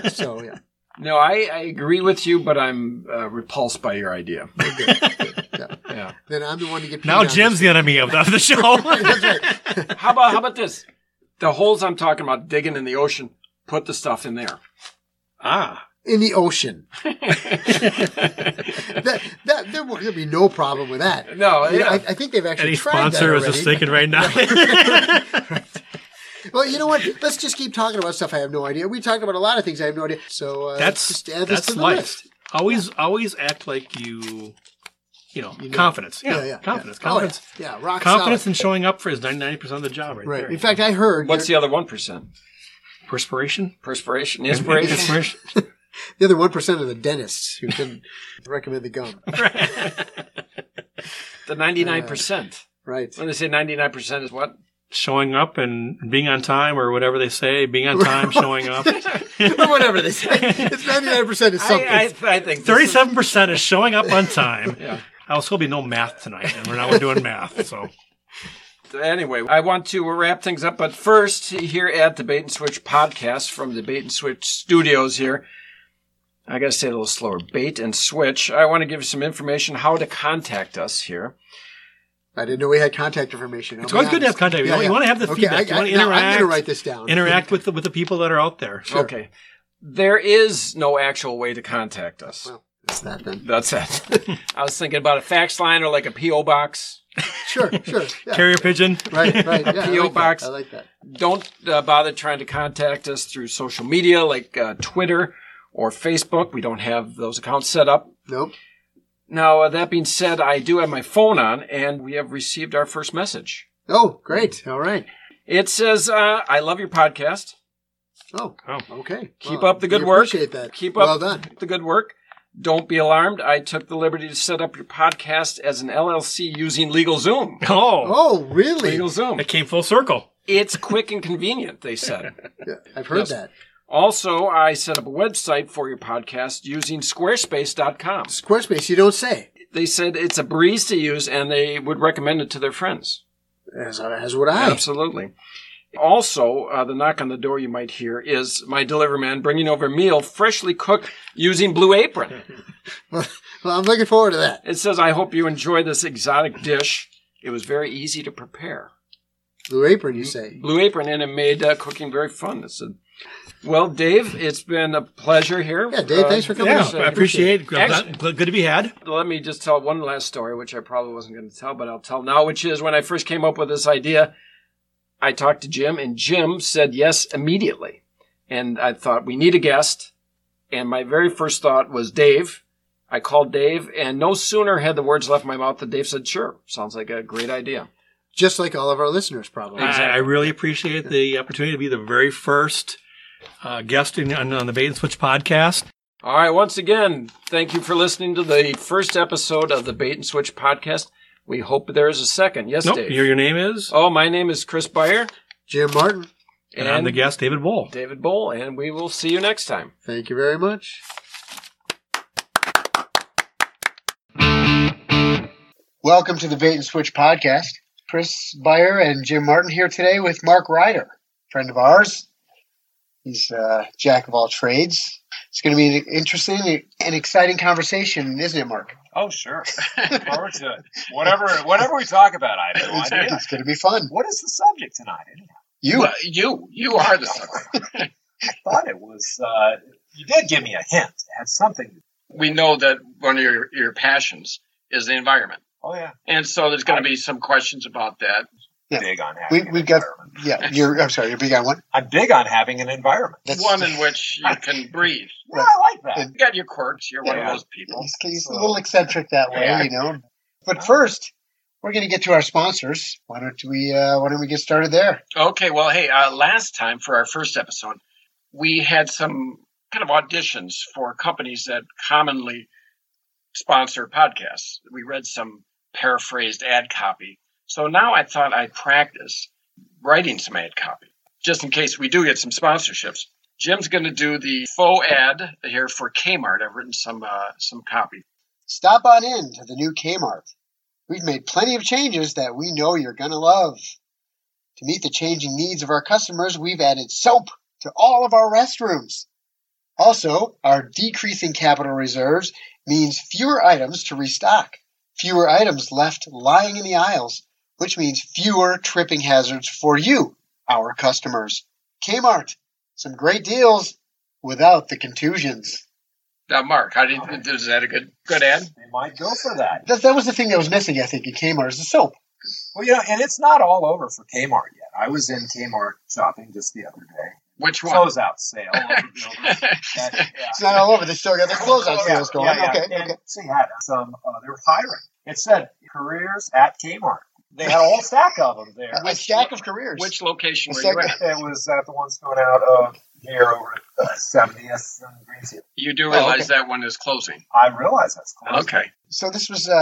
Speaker 3: so yeah.
Speaker 2: no, I, I agree with you, but I'm uh, repulsed by your idea. yeah.
Speaker 3: Then I'm the one to get.
Speaker 4: now
Speaker 3: peed on.
Speaker 4: Jim's the enemy of the, of the
Speaker 3: *laughs*
Speaker 4: show.
Speaker 3: That's right.
Speaker 2: How about how about this? The holes I'm talking about digging in the ocean. Put the stuff in there.
Speaker 4: *laughs* ah,
Speaker 3: in the
Speaker 4: *laughs*
Speaker 3: ocean. that, that, there will be no problem with that.
Speaker 2: No,
Speaker 3: You know, I,
Speaker 2: yeah.
Speaker 3: I think they've actually
Speaker 4: any
Speaker 3: tried
Speaker 4: sponsor
Speaker 3: that
Speaker 4: is
Speaker 3: already.
Speaker 4: just thinking
Speaker 3: *laughs*
Speaker 4: right now.
Speaker 3: Well, you know what? Let's just keep talking about stuff I have no idea. We talked about a lot of things I have no idea. So uh,
Speaker 4: that's
Speaker 3: just add this
Speaker 4: that's
Speaker 3: to the
Speaker 4: life.
Speaker 3: list.
Speaker 4: Always always act like you, you know,
Speaker 3: You know.
Speaker 4: confidence. Yeah,
Speaker 3: Yeah, yeah,
Speaker 4: confidence,
Speaker 3: yeah. Oh,
Speaker 4: confidence,
Speaker 3: yeah. yeah, rock
Speaker 4: confidence
Speaker 3: solid.
Speaker 4: in showing up for is ninety nine percent of the job. Right.
Speaker 3: Right.
Speaker 4: there.
Speaker 3: In fact, I heard
Speaker 2: What's
Speaker 3: the,
Speaker 2: the other one percent?
Speaker 4: perspiration.
Speaker 2: Perspiration, inspiration.
Speaker 4: Perspiration.
Speaker 3: other one percent of the dentists who can recommend the gum.
Speaker 2: the ninety-nine percent.
Speaker 3: *laughs* Right.
Speaker 2: When they say ninety-nine percent is what?
Speaker 4: showing up and being on time or whatever they say. Being on time, showing up.
Speaker 3: Whatever they
Speaker 4: *laughs*
Speaker 3: say, it's ninety nine percent of something.
Speaker 2: I, I, I think this is-
Speaker 4: Thirty-seven percent is showing up on time.
Speaker 2: Yeah.
Speaker 4: I was hoping no math tonight, and we're now we're doing math. So
Speaker 2: Anyway, I want to wrap things up, but first, here at the Bait and Switch podcast from the Bait and Switch studios here, I gotta say it a little slower. Bait and Switch. I want to give you some information how to contact us here.
Speaker 3: I didn't know we had contact information. I'll
Speaker 4: it's
Speaker 3: be
Speaker 4: always good to have
Speaker 3: honest.
Speaker 4: contact. You,
Speaker 3: Yeah,
Speaker 4: want, you
Speaker 3: yeah.
Speaker 4: want to have the
Speaker 3: Okay,
Speaker 4: feedback.
Speaker 3: I-
Speaker 4: you want
Speaker 3: I-
Speaker 4: to
Speaker 3: now I'm
Speaker 4: interact.
Speaker 3: gonna write this down.
Speaker 4: Interact with the, with the people that are out there.
Speaker 2: Okay. There is no actual way to contact us.
Speaker 3: Well, that's that then.
Speaker 2: That's it. *laughs* I was thinking about a fax line or like a P.O. box.
Speaker 3: Sure, sure. Yeah.
Speaker 4: Carrier pigeon. *laughs*
Speaker 3: Right, right. Yeah, I
Speaker 2: P.O.
Speaker 3: like that.
Speaker 2: box.
Speaker 3: I like that.
Speaker 2: don't uh, bother trying to contact us through social media like uh, Twitter or Facebook. We don't have those accounts set up.
Speaker 3: Nope.
Speaker 2: Now, uh, that being said, I do have my phone on and we have received our first message.
Speaker 3: Oh, great. All right.
Speaker 2: It says, uh, I love your podcast.
Speaker 3: Oh,
Speaker 4: Oh.
Speaker 3: okay.
Speaker 2: Keep
Speaker 3: Well,
Speaker 2: up the good
Speaker 3: we
Speaker 2: work.
Speaker 3: Appreciate that.
Speaker 2: Keep up
Speaker 3: Well done.
Speaker 2: the good work. Don't be alarmed. I took the liberty to set up your podcast as an LLC using LegalZoom.
Speaker 4: Oh,
Speaker 3: Oh, really?
Speaker 2: LegalZoom.
Speaker 4: it came full circle.
Speaker 2: It's quick and convenient, they said.
Speaker 3: *laughs* Yeah, I've heard
Speaker 2: Yes.
Speaker 3: that.
Speaker 2: Also, I set up a website for your podcast using squarespace.com.
Speaker 3: Squarespace, you don't say.
Speaker 2: they said it's a breeze to use and they would recommend it to their friends.
Speaker 3: As, as would I.
Speaker 2: Absolutely. Also, uh, the knock on the door you might hear is my delivery man bringing over a meal freshly cooked using Blue Apron.
Speaker 3: *laughs* Well, I'm looking forward to that.
Speaker 2: It says, I hope you enjoy this exotic dish. It was very easy to prepare.
Speaker 3: Blue apron, you
Speaker 4: Mm-hmm.
Speaker 3: say.
Speaker 2: Blue Apron, and it made uh, cooking very fun. It said, Well, Dave, it's been a pleasure here. Uh,
Speaker 3: Yeah, Dave, thanks for coming.
Speaker 4: Yeah,
Speaker 3: Yes, I
Speaker 4: I appreciate. it.
Speaker 2: Excellent.
Speaker 4: Glad- Good to be had.
Speaker 2: Let me just tell one last story, which I probably wasn't going to tell, but I'll tell now, which is when I first came up with this idea, I talked to Jim, and Jim said yes immediately. And I thought, we need a guest. And my very first thought was Dave. I called Dave, and no sooner had the words left my mouth than Dave said, sure, sounds like a great idea.
Speaker 3: Just like all of our listeners, probably.
Speaker 4: I, I really appreciate the opportunity to be the very first uh, guest in, on, on the Bait and Switch podcast.
Speaker 2: All right, once again, thank you for listening to the first episode of the Bait and Switch podcast. We hope there is a second. Yes,
Speaker 4: Nope,
Speaker 2: Dave.
Speaker 4: your, your name is,
Speaker 2: Oh, my name is Chris Beyer.
Speaker 3: Jim Martin,
Speaker 4: and, I'm the guest, David Bull.
Speaker 2: David Bowl, and we will see you next time.
Speaker 3: thank you very much. Welcome to the Bait and Switch podcast. Chris Beyer and Jim Martin here today with Mark Ryder, friend of ours. He's a jack of all trades. It's going to be an interesting and exciting conversation, isn't it, Mark?
Speaker 5: Oh
Speaker 6: *laughs*
Speaker 5: sure, Look forward to it. whatever whatever we talk about. I have no
Speaker 3: It's,
Speaker 5: idea.
Speaker 3: it's going to be fun.
Speaker 5: What is the subject tonight? anyhow?
Speaker 3: You
Speaker 5: you you are the subject. I thought it was. Uh, you did give me a hint. It had something.
Speaker 2: we know that one of your, your passions is the environment.
Speaker 6: Oh yeah,
Speaker 2: And so there's going to be some questions about that.
Speaker 7: Yeah.
Speaker 6: big on having.
Speaker 7: We,
Speaker 6: an
Speaker 7: we got,
Speaker 6: environment.
Speaker 7: yeah, you're, I'm sorry, you're big on one.
Speaker 6: I'm big on having an environment.
Speaker 7: That's
Speaker 2: One in which you can breathe.
Speaker 6: Yeah, I like that.
Speaker 7: And-
Speaker 2: You got your quirks. You're one of
Speaker 7: Yeah.
Speaker 2: those people.
Speaker 7: He's, he's a little eccentric that way,
Speaker 2: Yeah.
Speaker 7: you know. But first, we're going to get to our sponsors. Why don't we? Uh, why don't we get started there?
Speaker 2: Okay, well, hey, uh, last time for our first episode, we had some kind of auditions for companies that commonly sponsor podcasts. We read some paraphrased ad copy. So now I thought I'd practice writing some ad copy just in case we do get some sponsorships. Jim's going to do the faux ad here for Kmart. I've written some uh, some copy.
Speaker 7: Stop on in to the new Kmart. We've made plenty of changes that we know you're going to love. To meet the changing needs of our customers, we've added soap to all of our restrooms. Also, our decreasing capital reserves means fewer items to restock, fewer items left lying in the aisles, which means fewer tripping hazards for you, our customers. Kmart, some great deals without the contusions.
Speaker 2: Now, Mark, how did, is that a good good ad?
Speaker 6: They might go for that.
Speaker 7: That, that was the thing that was missing, I think, in Kmart is the soap.
Speaker 6: Well, you know, and it's not all over for Kmart yet. I was in Kmart shopping just the other day.
Speaker 2: Which one? *laughs*
Speaker 6: Closeout sale. over
Speaker 7: *laughs*
Speaker 6: the building. That- yeah.
Speaker 7: It's not all over. They still got their clothes on
Speaker 6: Oh,
Speaker 7: sales going. Okay,
Speaker 6: And
Speaker 7: okay.
Speaker 6: She had some. Uh, they were hiring. It said careers at Kmart. They had a whole stack of them
Speaker 7: *laughs*
Speaker 6: there.
Speaker 7: A stack of careers.
Speaker 2: Which location
Speaker 7: A
Speaker 2: were you
Speaker 7: second-
Speaker 2: at?
Speaker 6: *laughs* It was uh, the ones going out of here over at uh, seventieth and Greenfield.
Speaker 2: You do
Speaker 7: Oh,
Speaker 2: realize that one is closing.
Speaker 6: I realize that's close.
Speaker 2: Okay.
Speaker 7: so this was uh,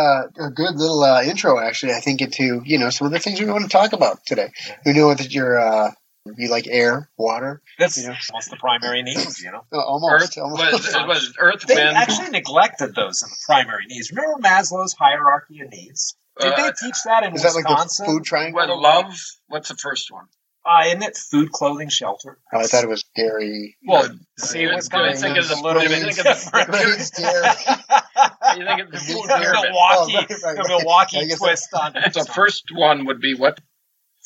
Speaker 7: a good little uh, intro, actually. I think into you know some of the things we want to talk about today. We know that you're uh, you like air, water,
Speaker 6: That's
Speaker 7: Yeah.
Speaker 6: almost the primary needs, you know.
Speaker 7: uh,
Speaker 2: Earth
Speaker 7: almost,
Speaker 2: was,
Speaker 7: *laughs* almost.
Speaker 2: it was Earth,
Speaker 6: They
Speaker 2: Wind.
Speaker 6: actually neglected those in the primary needs. Remember Maslow's hierarchy of needs? Did
Speaker 2: Uh,
Speaker 6: they teach that in
Speaker 7: *laughs* Is that like the
Speaker 6: Wisconsin?
Speaker 7: food triangle?
Speaker 2: what love? What's the first one?
Speaker 6: uh, isn't it food, clothing, shelter?
Speaker 7: Oh, I thought it was dairy.
Speaker 6: Well,
Speaker 2: Good.
Speaker 6: see,
Speaker 2: Good.
Speaker 6: Wisconsin
Speaker 2: Think of
Speaker 6: is
Speaker 2: the-
Speaker 6: *laughs*
Speaker 7: *laughs*
Speaker 6: a little
Speaker 2: think
Speaker 6: bit
Speaker 2: of the-
Speaker 6: different.
Speaker 7: Grains, dairy. *laughs*
Speaker 6: *laughs*
Speaker 2: You think of the
Speaker 7: Yeah,
Speaker 2: food
Speaker 6: The
Speaker 2: pyramid.
Speaker 6: Milwaukee, *laughs*
Speaker 7: Oh, right, right,
Speaker 6: the
Speaker 7: right. I
Speaker 6: Milwaukee
Speaker 7: guess
Speaker 6: twist *laughs* on
Speaker 2: *laughs* The first one would be what?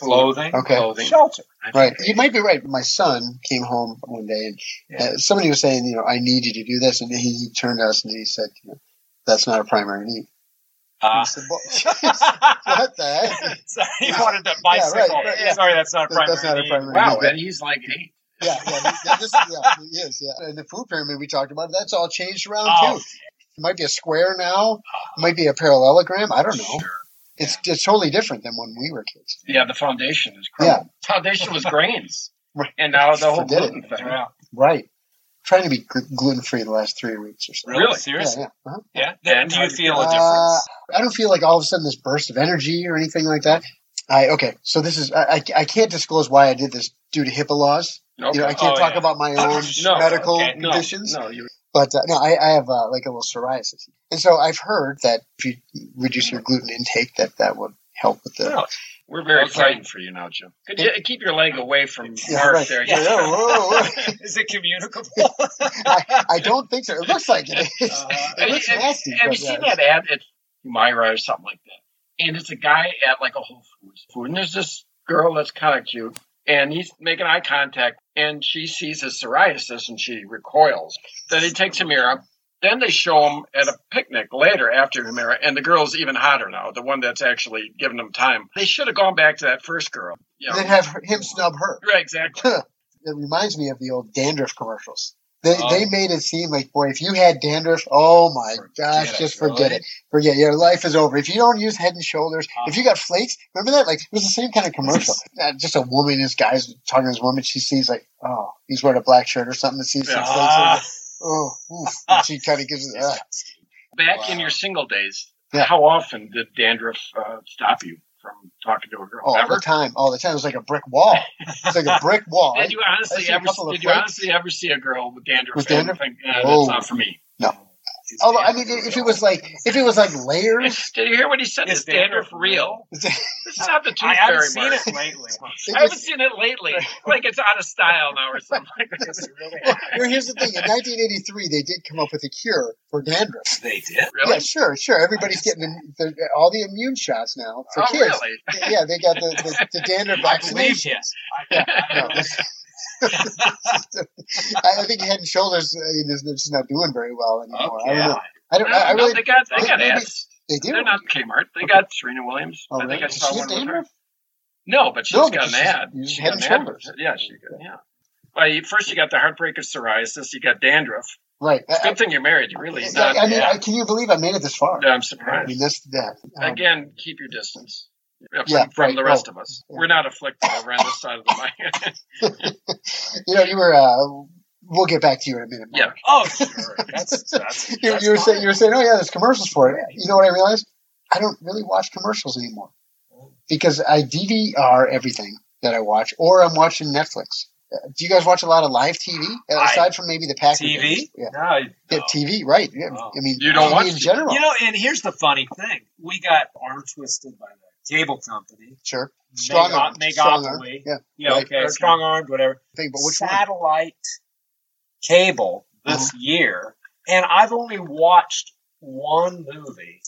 Speaker 6: clothing,
Speaker 7: Okay.
Speaker 2: Clothing.
Speaker 6: shelter.
Speaker 7: Right. You might be right. My son came home one day and uh, somebody was saying, you know, I need you to do this. And he, he turned to us and he said, you know, that's not a primary need. I
Speaker 2: Ah.
Speaker 6: *laughs* Uh,
Speaker 7: said, "Well, what *laughs*
Speaker 2: *laughs*
Speaker 7: the heck?
Speaker 6: so he wanted that bicycle.
Speaker 7: right, right, yeah.
Speaker 6: Sorry, that's not a
Speaker 7: That-
Speaker 6: primary.
Speaker 7: that's not a
Speaker 6: need.
Speaker 7: primary
Speaker 2: Wow,
Speaker 7: need.
Speaker 2: and he's like eight.
Speaker 7: Yeah, yeah, yeah, this,
Speaker 6: *laughs*
Speaker 7: yeah, he is, yeah. And the food pyramid we talked about, that's all changed around
Speaker 6: Oh.
Speaker 7: too. It might be a square now. It might be a parallelogram. I don't know.
Speaker 2: Sure.
Speaker 7: It's it's totally different than when we were kids.
Speaker 2: Yeah, the foundation is crumbled. Foundation was grains.
Speaker 7: Right.
Speaker 2: And now the whole
Speaker 7: Forget it.
Speaker 2: gluten thing.
Speaker 6: Yeah.
Speaker 7: Right. Trying to be gluten free the last three weeks or something.
Speaker 6: Really?
Speaker 2: Really?
Speaker 7: Yeah,
Speaker 6: Seriously?
Speaker 7: yeah. uh-huh.
Speaker 6: Yeah.
Speaker 2: And
Speaker 6: Do
Speaker 2: how
Speaker 6: you
Speaker 2: do you
Speaker 6: feel
Speaker 2: feel?
Speaker 6: a
Speaker 7: Uh,
Speaker 6: difference?
Speaker 7: I don't feel like all of a sudden this burst of energy or anything like that. I okay, so this is I, I, I can't disclose why I did this due to HIPAA laws.
Speaker 2: Okay.
Speaker 7: You know, I can't
Speaker 6: Oh,
Speaker 7: talk
Speaker 6: yeah.
Speaker 7: about
Speaker 6: *laughs*
Speaker 7: my own
Speaker 2: No,
Speaker 7: medical
Speaker 6: okay,
Speaker 2: no,
Speaker 7: conditions,
Speaker 2: no, you,
Speaker 7: but uh, no, I, I have uh, like a little psoriasis, and so I've heard that if you reduce your gluten intake, that that would help with the.
Speaker 6: No.
Speaker 2: we're very
Speaker 6: Okay.
Speaker 2: excited for you now, Jim. Could you keep your leg away from
Speaker 7: Yeah,
Speaker 2: Mark
Speaker 7: right.
Speaker 2: there?
Speaker 7: *laughs* Yeah, yeah, whoa, whoa.
Speaker 6: *laughs* Is it
Speaker 7: *laughs*
Speaker 6: communicable?
Speaker 7: I, I don't think so. It looks like it
Speaker 6: *laughs*
Speaker 7: is.
Speaker 6: Uh,
Speaker 7: It looks
Speaker 2: have, you-
Speaker 7: nasty,
Speaker 2: have you
Speaker 7: but,
Speaker 2: seen
Speaker 7: yeah.
Speaker 2: that ad? It's Myra or something like that. And it's a guy at like a Whole Foods food, and there's this girl that's kind of cute, and he's making eye contact, and she sees his psoriasis, and she recoils. Then he takes a mirror. Then they show him at a picnic later after Humira, and the girl's even hotter now, the one that's actually giving him time. They should have gone back to that first girl. You know?
Speaker 7: *laughs* Then have him snub her. *laughs*
Speaker 2: Right, exactly.
Speaker 7: it reminds me of the old dandruff commercials. They,
Speaker 6: Oh.
Speaker 7: they made it seem like, boy, if you had dandruff, oh my gosh,
Speaker 6: it,
Speaker 7: just forget
Speaker 6: really?
Speaker 7: it. Forget it. your life is over. If you don't use head and shoulders,
Speaker 6: Ah.
Speaker 7: if you got flakes, remember that? Like, it was the
Speaker 6: *laughs*
Speaker 7: same kind of commercial. Uh, Just a woman, this guy's talking to his woman, she sees, like, oh, he's wearing a black shirt or something, and sees some flakes. and
Speaker 6: Ah,
Speaker 7: like, oh,
Speaker 2: *laughs*
Speaker 7: oof. And she kind of gives it, uh,
Speaker 2: Back in
Speaker 6: Wow.
Speaker 2: your single days,
Speaker 7: Yeah.
Speaker 2: how often did dandruff uh, stop you from talking to a girl?
Speaker 7: all
Speaker 2: Ever?
Speaker 7: the time, all the time. It was like a brick wall. It's like a
Speaker 2: *laughs*
Speaker 7: brick wall.
Speaker 2: Did you honestly
Speaker 7: I've seen a
Speaker 2: ever?
Speaker 7: couple of
Speaker 2: Did you
Speaker 7: flakes.
Speaker 2: honestly ever see a girl with dandruff?
Speaker 7: With dandruff?
Speaker 2: And think, "Uh,
Speaker 7: Oh.
Speaker 2: that's not for me.
Speaker 7: Although, I mean, if it was like, if it was like layers,
Speaker 2: *laughs* Did you hear what he said? Is dandruff real? This is
Speaker 7: *laughs*
Speaker 2: not the tooth
Speaker 6: I
Speaker 2: fairy.
Speaker 6: haven't seen
Speaker 2: Mark.
Speaker 6: it lately.
Speaker 7: it
Speaker 2: I haven't
Speaker 7: was-
Speaker 2: seen it
Speaker 7: *laughs*
Speaker 2: lately. like it's out of style now or something. *laughs* like that.
Speaker 6: It's really-
Speaker 7: Well, here's the thing. In 1983, they did come up with a cure for dandruff.
Speaker 6: *laughs* they did.
Speaker 2: Really?
Speaker 7: Yeah, sure, sure. Everybody's getting the, the, all the immune shots now for
Speaker 2: oh,
Speaker 7: kids. *laughs*
Speaker 2: really? *laughs*
Speaker 7: Yeah, they got the, the, the dandruff
Speaker 6: I believe
Speaker 7: vaccination.
Speaker 6: you.
Speaker 7: Yeah, no, this- I, I think Head and Shoulders uh, you know, they're just not doing very well
Speaker 6: Oh,
Speaker 7: *laughs* anymore. I don't
Speaker 2: Yeah.
Speaker 7: know. I don't. I, I
Speaker 2: Oh, No,
Speaker 7: really.
Speaker 2: they got they
Speaker 7: think
Speaker 2: got
Speaker 7: maybe-
Speaker 2: ads.
Speaker 7: They do.
Speaker 2: They're not Kmart. They got Serena Williams.
Speaker 7: Oh,
Speaker 2: I think
Speaker 7: really?
Speaker 2: I
Speaker 7: Is
Speaker 2: saw
Speaker 7: she a
Speaker 2: one with
Speaker 7: dandruff?
Speaker 2: her. No, but she's
Speaker 7: No, but
Speaker 2: got an
Speaker 7: she's-
Speaker 2: ad.
Speaker 7: you
Speaker 2: She
Speaker 7: head
Speaker 2: got an
Speaker 7: and
Speaker 2: ad.
Speaker 7: shoulders.
Speaker 2: Yeah, she got, yeah. Well, you, first you got the heartbreak of psoriasis. You got dandruff.
Speaker 7: Right. I,
Speaker 2: Good thing you're married. You really.
Speaker 7: I-
Speaker 2: Not,
Speaker 7: I mean,
Speaker 2: yeah.
Speaker 7: I, can you believe I made it this far?
Speaker 2: I'm
Speaker 7: I mean,
Speaker 2: surprised.
Speaker 7: that's that. Um,
Speaker 2: Again, keep your distance from,
Speaker 7: Yeah,
Speaker 2: from
Speaker 7: right,
Speaker 2: the rest
Speaker 7: right.
Speaker 2: of us.
Speaker 7: Yeah.
Speaker 2: We're not afflicted over on this side of the mic.
Speaker 7: *laughs* you know, you were. Uh, we'll get back to you in a minute. Mark.
Speaker 2: yeah. Oh, sure. That's,
Speaker 7: *laughs*
Speaker 2: that's,
Speaker 7: you,
Speaker 2: that's
Speaker 7: you were
Speaker 2: fine.
Speaker 7: saying you were saying, oh yeah, there's commercials for it. You know what I realized? I don't really watch commercials anymore because I DVR everything that I watch, or I'm watching Netflix. Uh, Do you guys watch a lot of live TV Uh,
Speaker 6: I-
Speaker 7: aside from maybe the Packers?
Speaker 6: TV?
Speaker 7: Yeah.
Speaker 6: No, I- no.
Speaker 7: Yeah, TV, right? Yeah.
Speaker 6: Oh.
Speaker 7: I mean,
Speaker 2: You don't
Speaker 7: TV
Speaker 2: watch
Speaker 7: in
Speaker 2: TV.
Speaker 7: general.
Speaker 6: You know, and here's the funny thing: we got arm twisted by the cable company.
Speaker 7: Sure, strong arm,
Speaker 6: Mega-
Speaker 7: strong arm.
Speaker 6: Megopoly.
Speaker 7: Yeah,
Speaker 6: Yeah,
Speaker 7: Right.
Speaker 6: okay,
Speaker 7: Okay.
Speaker 6: strong armed, whatever.
Speaker 7: thing, but which one? Uh-huh.
Speaker 6: Satellite cable this year, and I've only watched one movie.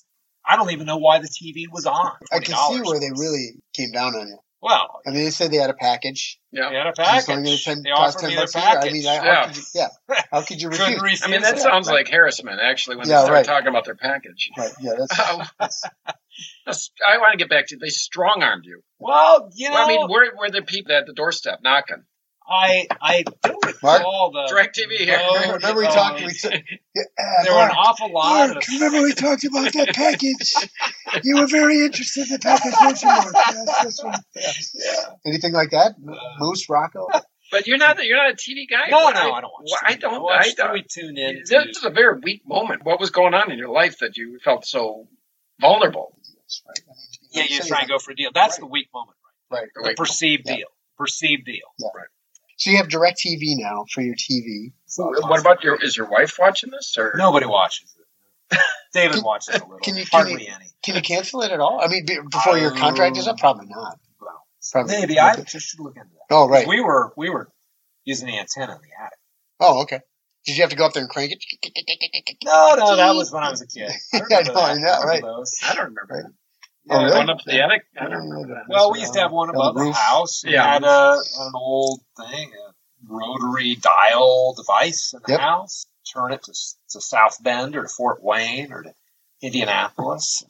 Speaker 6: I don't even know why the TV was on.
Speaker 7: I can see where they really came down on it.
Speaker 6: Well,
Speaker 7: I mean, they said they had a package.
Speaker 2: Yeah.
Speaker 6: they had a
Speaker 7: and so they're gonna
Speaker 6: package.
Speaker 7: spend-
Speaker 6: They
Speaker 7: cost
Speaker 6: offered me the
Speaker 7: bucks a year.
Speaker 6: package.
Speaker 7: I mean, I-
Speaker 2: Yeah.
Speaker 7: how could you,
Speaker 6: *laughs*
Speaker 7: yeah, how could you refuse?
Speaker 6: Couldn't
Speaker 7: *laughs*
Speaker 6: refuse
Speaker 2: I mean, that
Speaker 6: it.
Speaker 2: sounds like harassment, actually, when
Speaker 7: Yeah,
Speaker 2: they start
Speaker 7: right.
Speaker 2: talking about their package.
Speaker 7: Right, yeah, that's
Speaker 2: Oh, that's- *laughs* I want to get back to they strong armed you.
Speaker 6: Well, you know,
Speaker 2: well, I mean, where were the people at the doorstep knocking?
Speaker 6: I I don't
Speaker 7: Mark?
Speaker 6: recall the
Speaker 2: Direct TV here.
Speaker 6: *laughs* Oh,
Speaker 7: Remember we
Speaker 6: no.
Speaker 7: talked. We t-
Speaker 6: *laughs*
Speaker 7: yeah, uh,
Speaker 6: There were an
Speaker 7: Mark,
Speaker 6: awful lot
Speaker 7: Mark,
Speaker 6: of
Speaker 7: remember we talked
Speaker 6: *laughs*
Speaker 7: about that package. you were very interested in the package, weren't you, Mark? Yes, this one. Yeah. Anything like that? M-
Speaker 6: Uh,
Speaker 7: Moose Rocco.
Speaker 2: But you're not you're not a TV guy.
Speaker 6: No,
Speaker 2: Why-
Speaker 6: no, I don't watch.
Speaker 2: why- I
Speaker 6: TV.
Speaker 2: don't.
Speaker 6: watch
Speaker 2: I don't.
Speaker 6: We tune in.
Speaker 2: This
Speaker 6: to-
Speaker 2: is a very weak moment. What was going on in your life that you felt so vulnerable?
Speaker 7: Yes, right. I mean, you know,
Speaker 6: yeah, you
Speaker 7: say
Speaker 6: try and
Speaker 7: that.
Speaker 6: go for a deal. That's
Speaker 7: Right.
Speaker 6: the weak moment,
Speaker 7: Right.
Speaker 6: right? The perceived
Speaker 7: Yeah.
Speaker 6: deal. Perceived deal.
Speaker 7: So you have Direct TV now for your TV.
Speaker 2: What about your? Is your wife watching this or
Speaker 6: Nobody watches it. *laughs* David
Speaker 7: Can-
Speaker 6: watches *laughs* a little.
Speaker 7: can you- can
Speaker 6: Hardly any.
Speaker 7: Can you cancel it at all? I mean, be- before your contract is up, probably not.
Speaker 6: Well,
Speaker 7: Probably
Speaker 6: Uh, maybe
Speaker 7: not.
Speaker 6: I just should look into that.
Speaker 7: Oh right.
Speaker 6: We were we were using the antenna in the attic.
Speaker 7: Oh okay. Did you have to go up there and crank it?
Speaker 6: No, no, that was when I was a kid. I
Speaker 7: *laughs* Yeah,
Speaker 6: remember
Speaker 7: no, I
Speaker 6: that.
Speaker 7: know,
Speaker 6: Remember
Speaker 7: right.
Speaker 6: those.
Speaker 2: I don't remember.
Speaker 7: Oh, really?
Speaker 2: Going up to the
Speaker 7: Yeah.
Speaker 2: attic. I don't remember that.
Speaker 6: Well, we used to have one
Speaker 7: On
Speaker 6: above
Speaker 7: the
Speaker 6: the
Speaker 7: roof.
Speaker 6: house. We
Speaker 2: Yeah.
Speaker 6: had a, an old thing, a rotary dial device in the
Speaker 7: Yep.
Speaker 6: house. Turn it to, to South Bend or to Fort Wayne or to Indianapolis,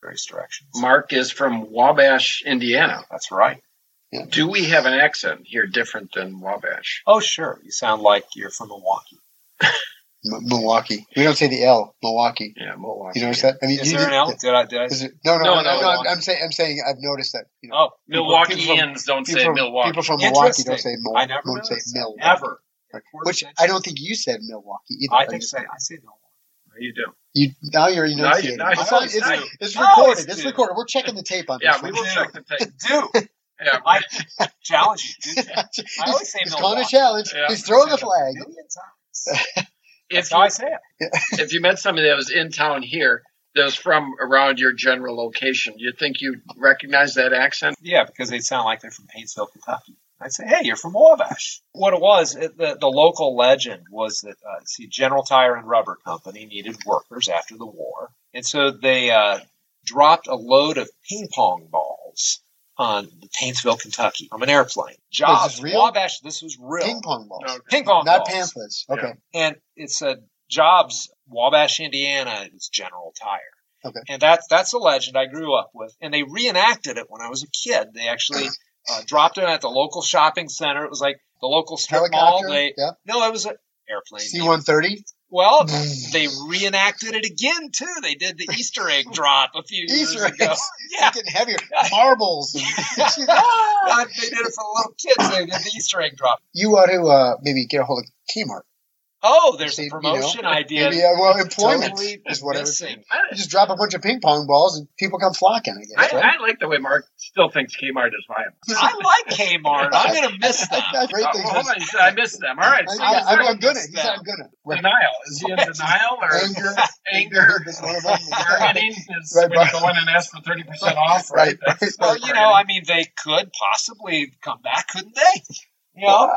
Speaker 6: various directions.
Speaker 2: Mark is from Wabash, Indiana.
Speaker 6: That's right.
Speaker 2: Do we have an accent here different than Wabash?
Speaker 6: Oh, sure. You sound like you're from Milwaukee.
Speaker 7: M- Milwaukee. We don't say the L. Milwaukee.
Speaker 2: Yeah, Milwaukee.
Speaker 7: You notice that? I mean,
Speaker 6: Is
Speaker 7: you
Speaker 6: there
Speaker 7: did-
Speaker 6: an L? Did I? Did I?
Speaker 7: Is it, no, no,
Speaker 2: No,
Speaker 7: no,
Speaker 2: no,
Speaker 7: no, no, I'm,
Speaker 6: Milwaukee.
Speaker 7: I'm saying I'm saying I've noticed that. You know,
Speaker 6: Oh,
Speaker 2: Milwaukeeans don't
Speaker 7: people
Speaker 2: say
Speaker 7: from,
Speaker 2: Milwaukee.
Speaker 7: people from Milwaukee don't
Speaker 6: Interesting.
Speaker 7: say Mil.
Speaker 6: I never
Speaker 7: don't say
Speaker 6: noticed that,
Speaker 7: Milwaukee.
Speaker 6: ever.
Speaker 7: Which I don't think you said Milwaukee either.
Speaker 6: I think
Speaker 7: just-
Speaker 6: so. I say Milwaukee.
Speaker 2: You do.
Speaker 7: You now you're
Speaker 2: Now you-
Speaker 7: enunciating.
Speaker 2: now you-
Speaker 7: it's,
Speaker 6: always
Speaker 7: it's,
Speaker 6: do.
Speaker 7: it's
Speaker 6: I always
Speaker 7: recorded. It's
Speaker 6: do.
Speaker 7: recorded. We're checking the tape on
Speaker 2: Yeah,
Speaker 7: this.
Speaker 2: we
Speaker 7: one. *laughs*
Speaker 2: will check the tape.
Speaker 6: Do
Speaker 2: *laughs* Yeah,
Speaker 6: I challenge you?
Speaker 7: *laughs*
Speaker 6: Dude.
Speaker 7: he's
Speaker 6: I always say
Speaker 7: he's calling a
Speaker 6: Milwaukee.
Speaker 7: challenge.
Speaker 2: Yeah.
Speaker 7: He's throwing the
Speaker 6: I've said it
Speaker 7: flag.
Speaker 6: a million
Speaker 7: *laughs*
Speaker 6: times. That's
Speaker 2: if
Speaker 6: how I
Speaker 2: you,
Speaker 6: say it.
Speaker 2: if you met somebody that was in town here, that was from around your general location, you think you would recognize that accent?
Speaker 6: Yeah, because they sound like they're from Paintsville, Kentucky. I'd say, hey, you're from Wabash. What it was, it, the, the local legend was that, uh, see, General Tire and Rubber Company needed workers after the war. And so they uh, dropped a load of ping pong balls on Paintsville, Kentucky from an airplane. Jobs,
Speaker 7: real?
Speaker 6: Wabash, this was real.
Speaker 7: Ping pong balls.
Speaker 6: Ping pong
Speaker 7: Not
Speaker 6: balls.
Speaker 7: pamphlets. Okay.
Speaker 6: and it said Jobs, Wabash, Indiana is General Tire.
Speaker 7: Okay.
Speaker 6: And that's that's a legend I grew up with, and they reenacted it when I was a kid. They actually
Speaker 7: Uh-huh.
Speaker 6: uh, dropped it at the local shopping center. It was like the local strip mall.
Speaker 7: Helicopter.
Speaker 6: They
Speaker 7: yeah.
Speaker 6: no, it was an airplane.
Speaker 7: C-130.
Speaker 6: Well,
Speaker 7: *laughs*
Speaker 6: they reenacted it again too. They did the Easter
Speaker 7: *laughs*
Speaker 6: egg drop a few
Speaker 7: Easter
Speaker 6: years ago.
Speaker 7: eggs.
Speaker 6: *laughs*
Speaker 7: *laughs*
Speaker 6: Yeah,
Speaker 7: Getting heavier.
Speaker 6: *laughs*
Speaker 7: Marbles. *laughs* and-
Speaker 6: Ah, they did it for the little kids. They did the Easter egg drop.
Speaker 7: you ought to uh, maybe get a hold of Kmart.
Speaker 6: Oh, there's
Speaker 7: See,
Speaker 6: a
Speaker 7: you know,
Speaker 6: promotion idea.
Speaker 7: Maybe uh, well, employment
Speaker 6: totally
Speaker 7: is what I would
Speaker 6: missing.
Speaker 7: think. You just drop a bunch of ping pong balls and people come flocking. I guess. Right?
Speaker 2: I, I like the way Mark still thinks Kmart is viable.
Speaker 6: I like Kmart. I'm gonna miss
Speaker 7: *laughs*
Speaker 6: them.
Speaker 7: That's great
Speaker 2: Uh,
Speaker 7: thing.
Speaker 2: well, hold on, he said, I missed them. All right, so
Speaker 7: I,
Speaker 2: he's
Speaker 7: I, am
Speaker 2: in
Speaker 7: gonna. He
Speaker 6: them.
Speaker 7: said I'm gonna.
Speaker 2: *laughs*
Speaker 7: Right.
Speaker 2: denial. Is he in denial or
Speaker 7: Anger.
Speaker 2: anger?
Speaker 7: That's one of them. *laughs*
Speaker 2: *laughs* Bargaining is
Speaker 7: Right,
Speaker 2: when you
Speaker 7: right.
Speaker 2: go in and ask for thirty
Speaker 7: *laughs*
Speaker 2: percent off, right?
Speaker 7: Right, right,
Speaker 2: That's-
Speaker 6: Well,
Speaker 2: that's
Speaker 6: you know,
Speaker 2: bargaining.
Speaker 6: I mean, they could possibly come back, couldn't they? You know,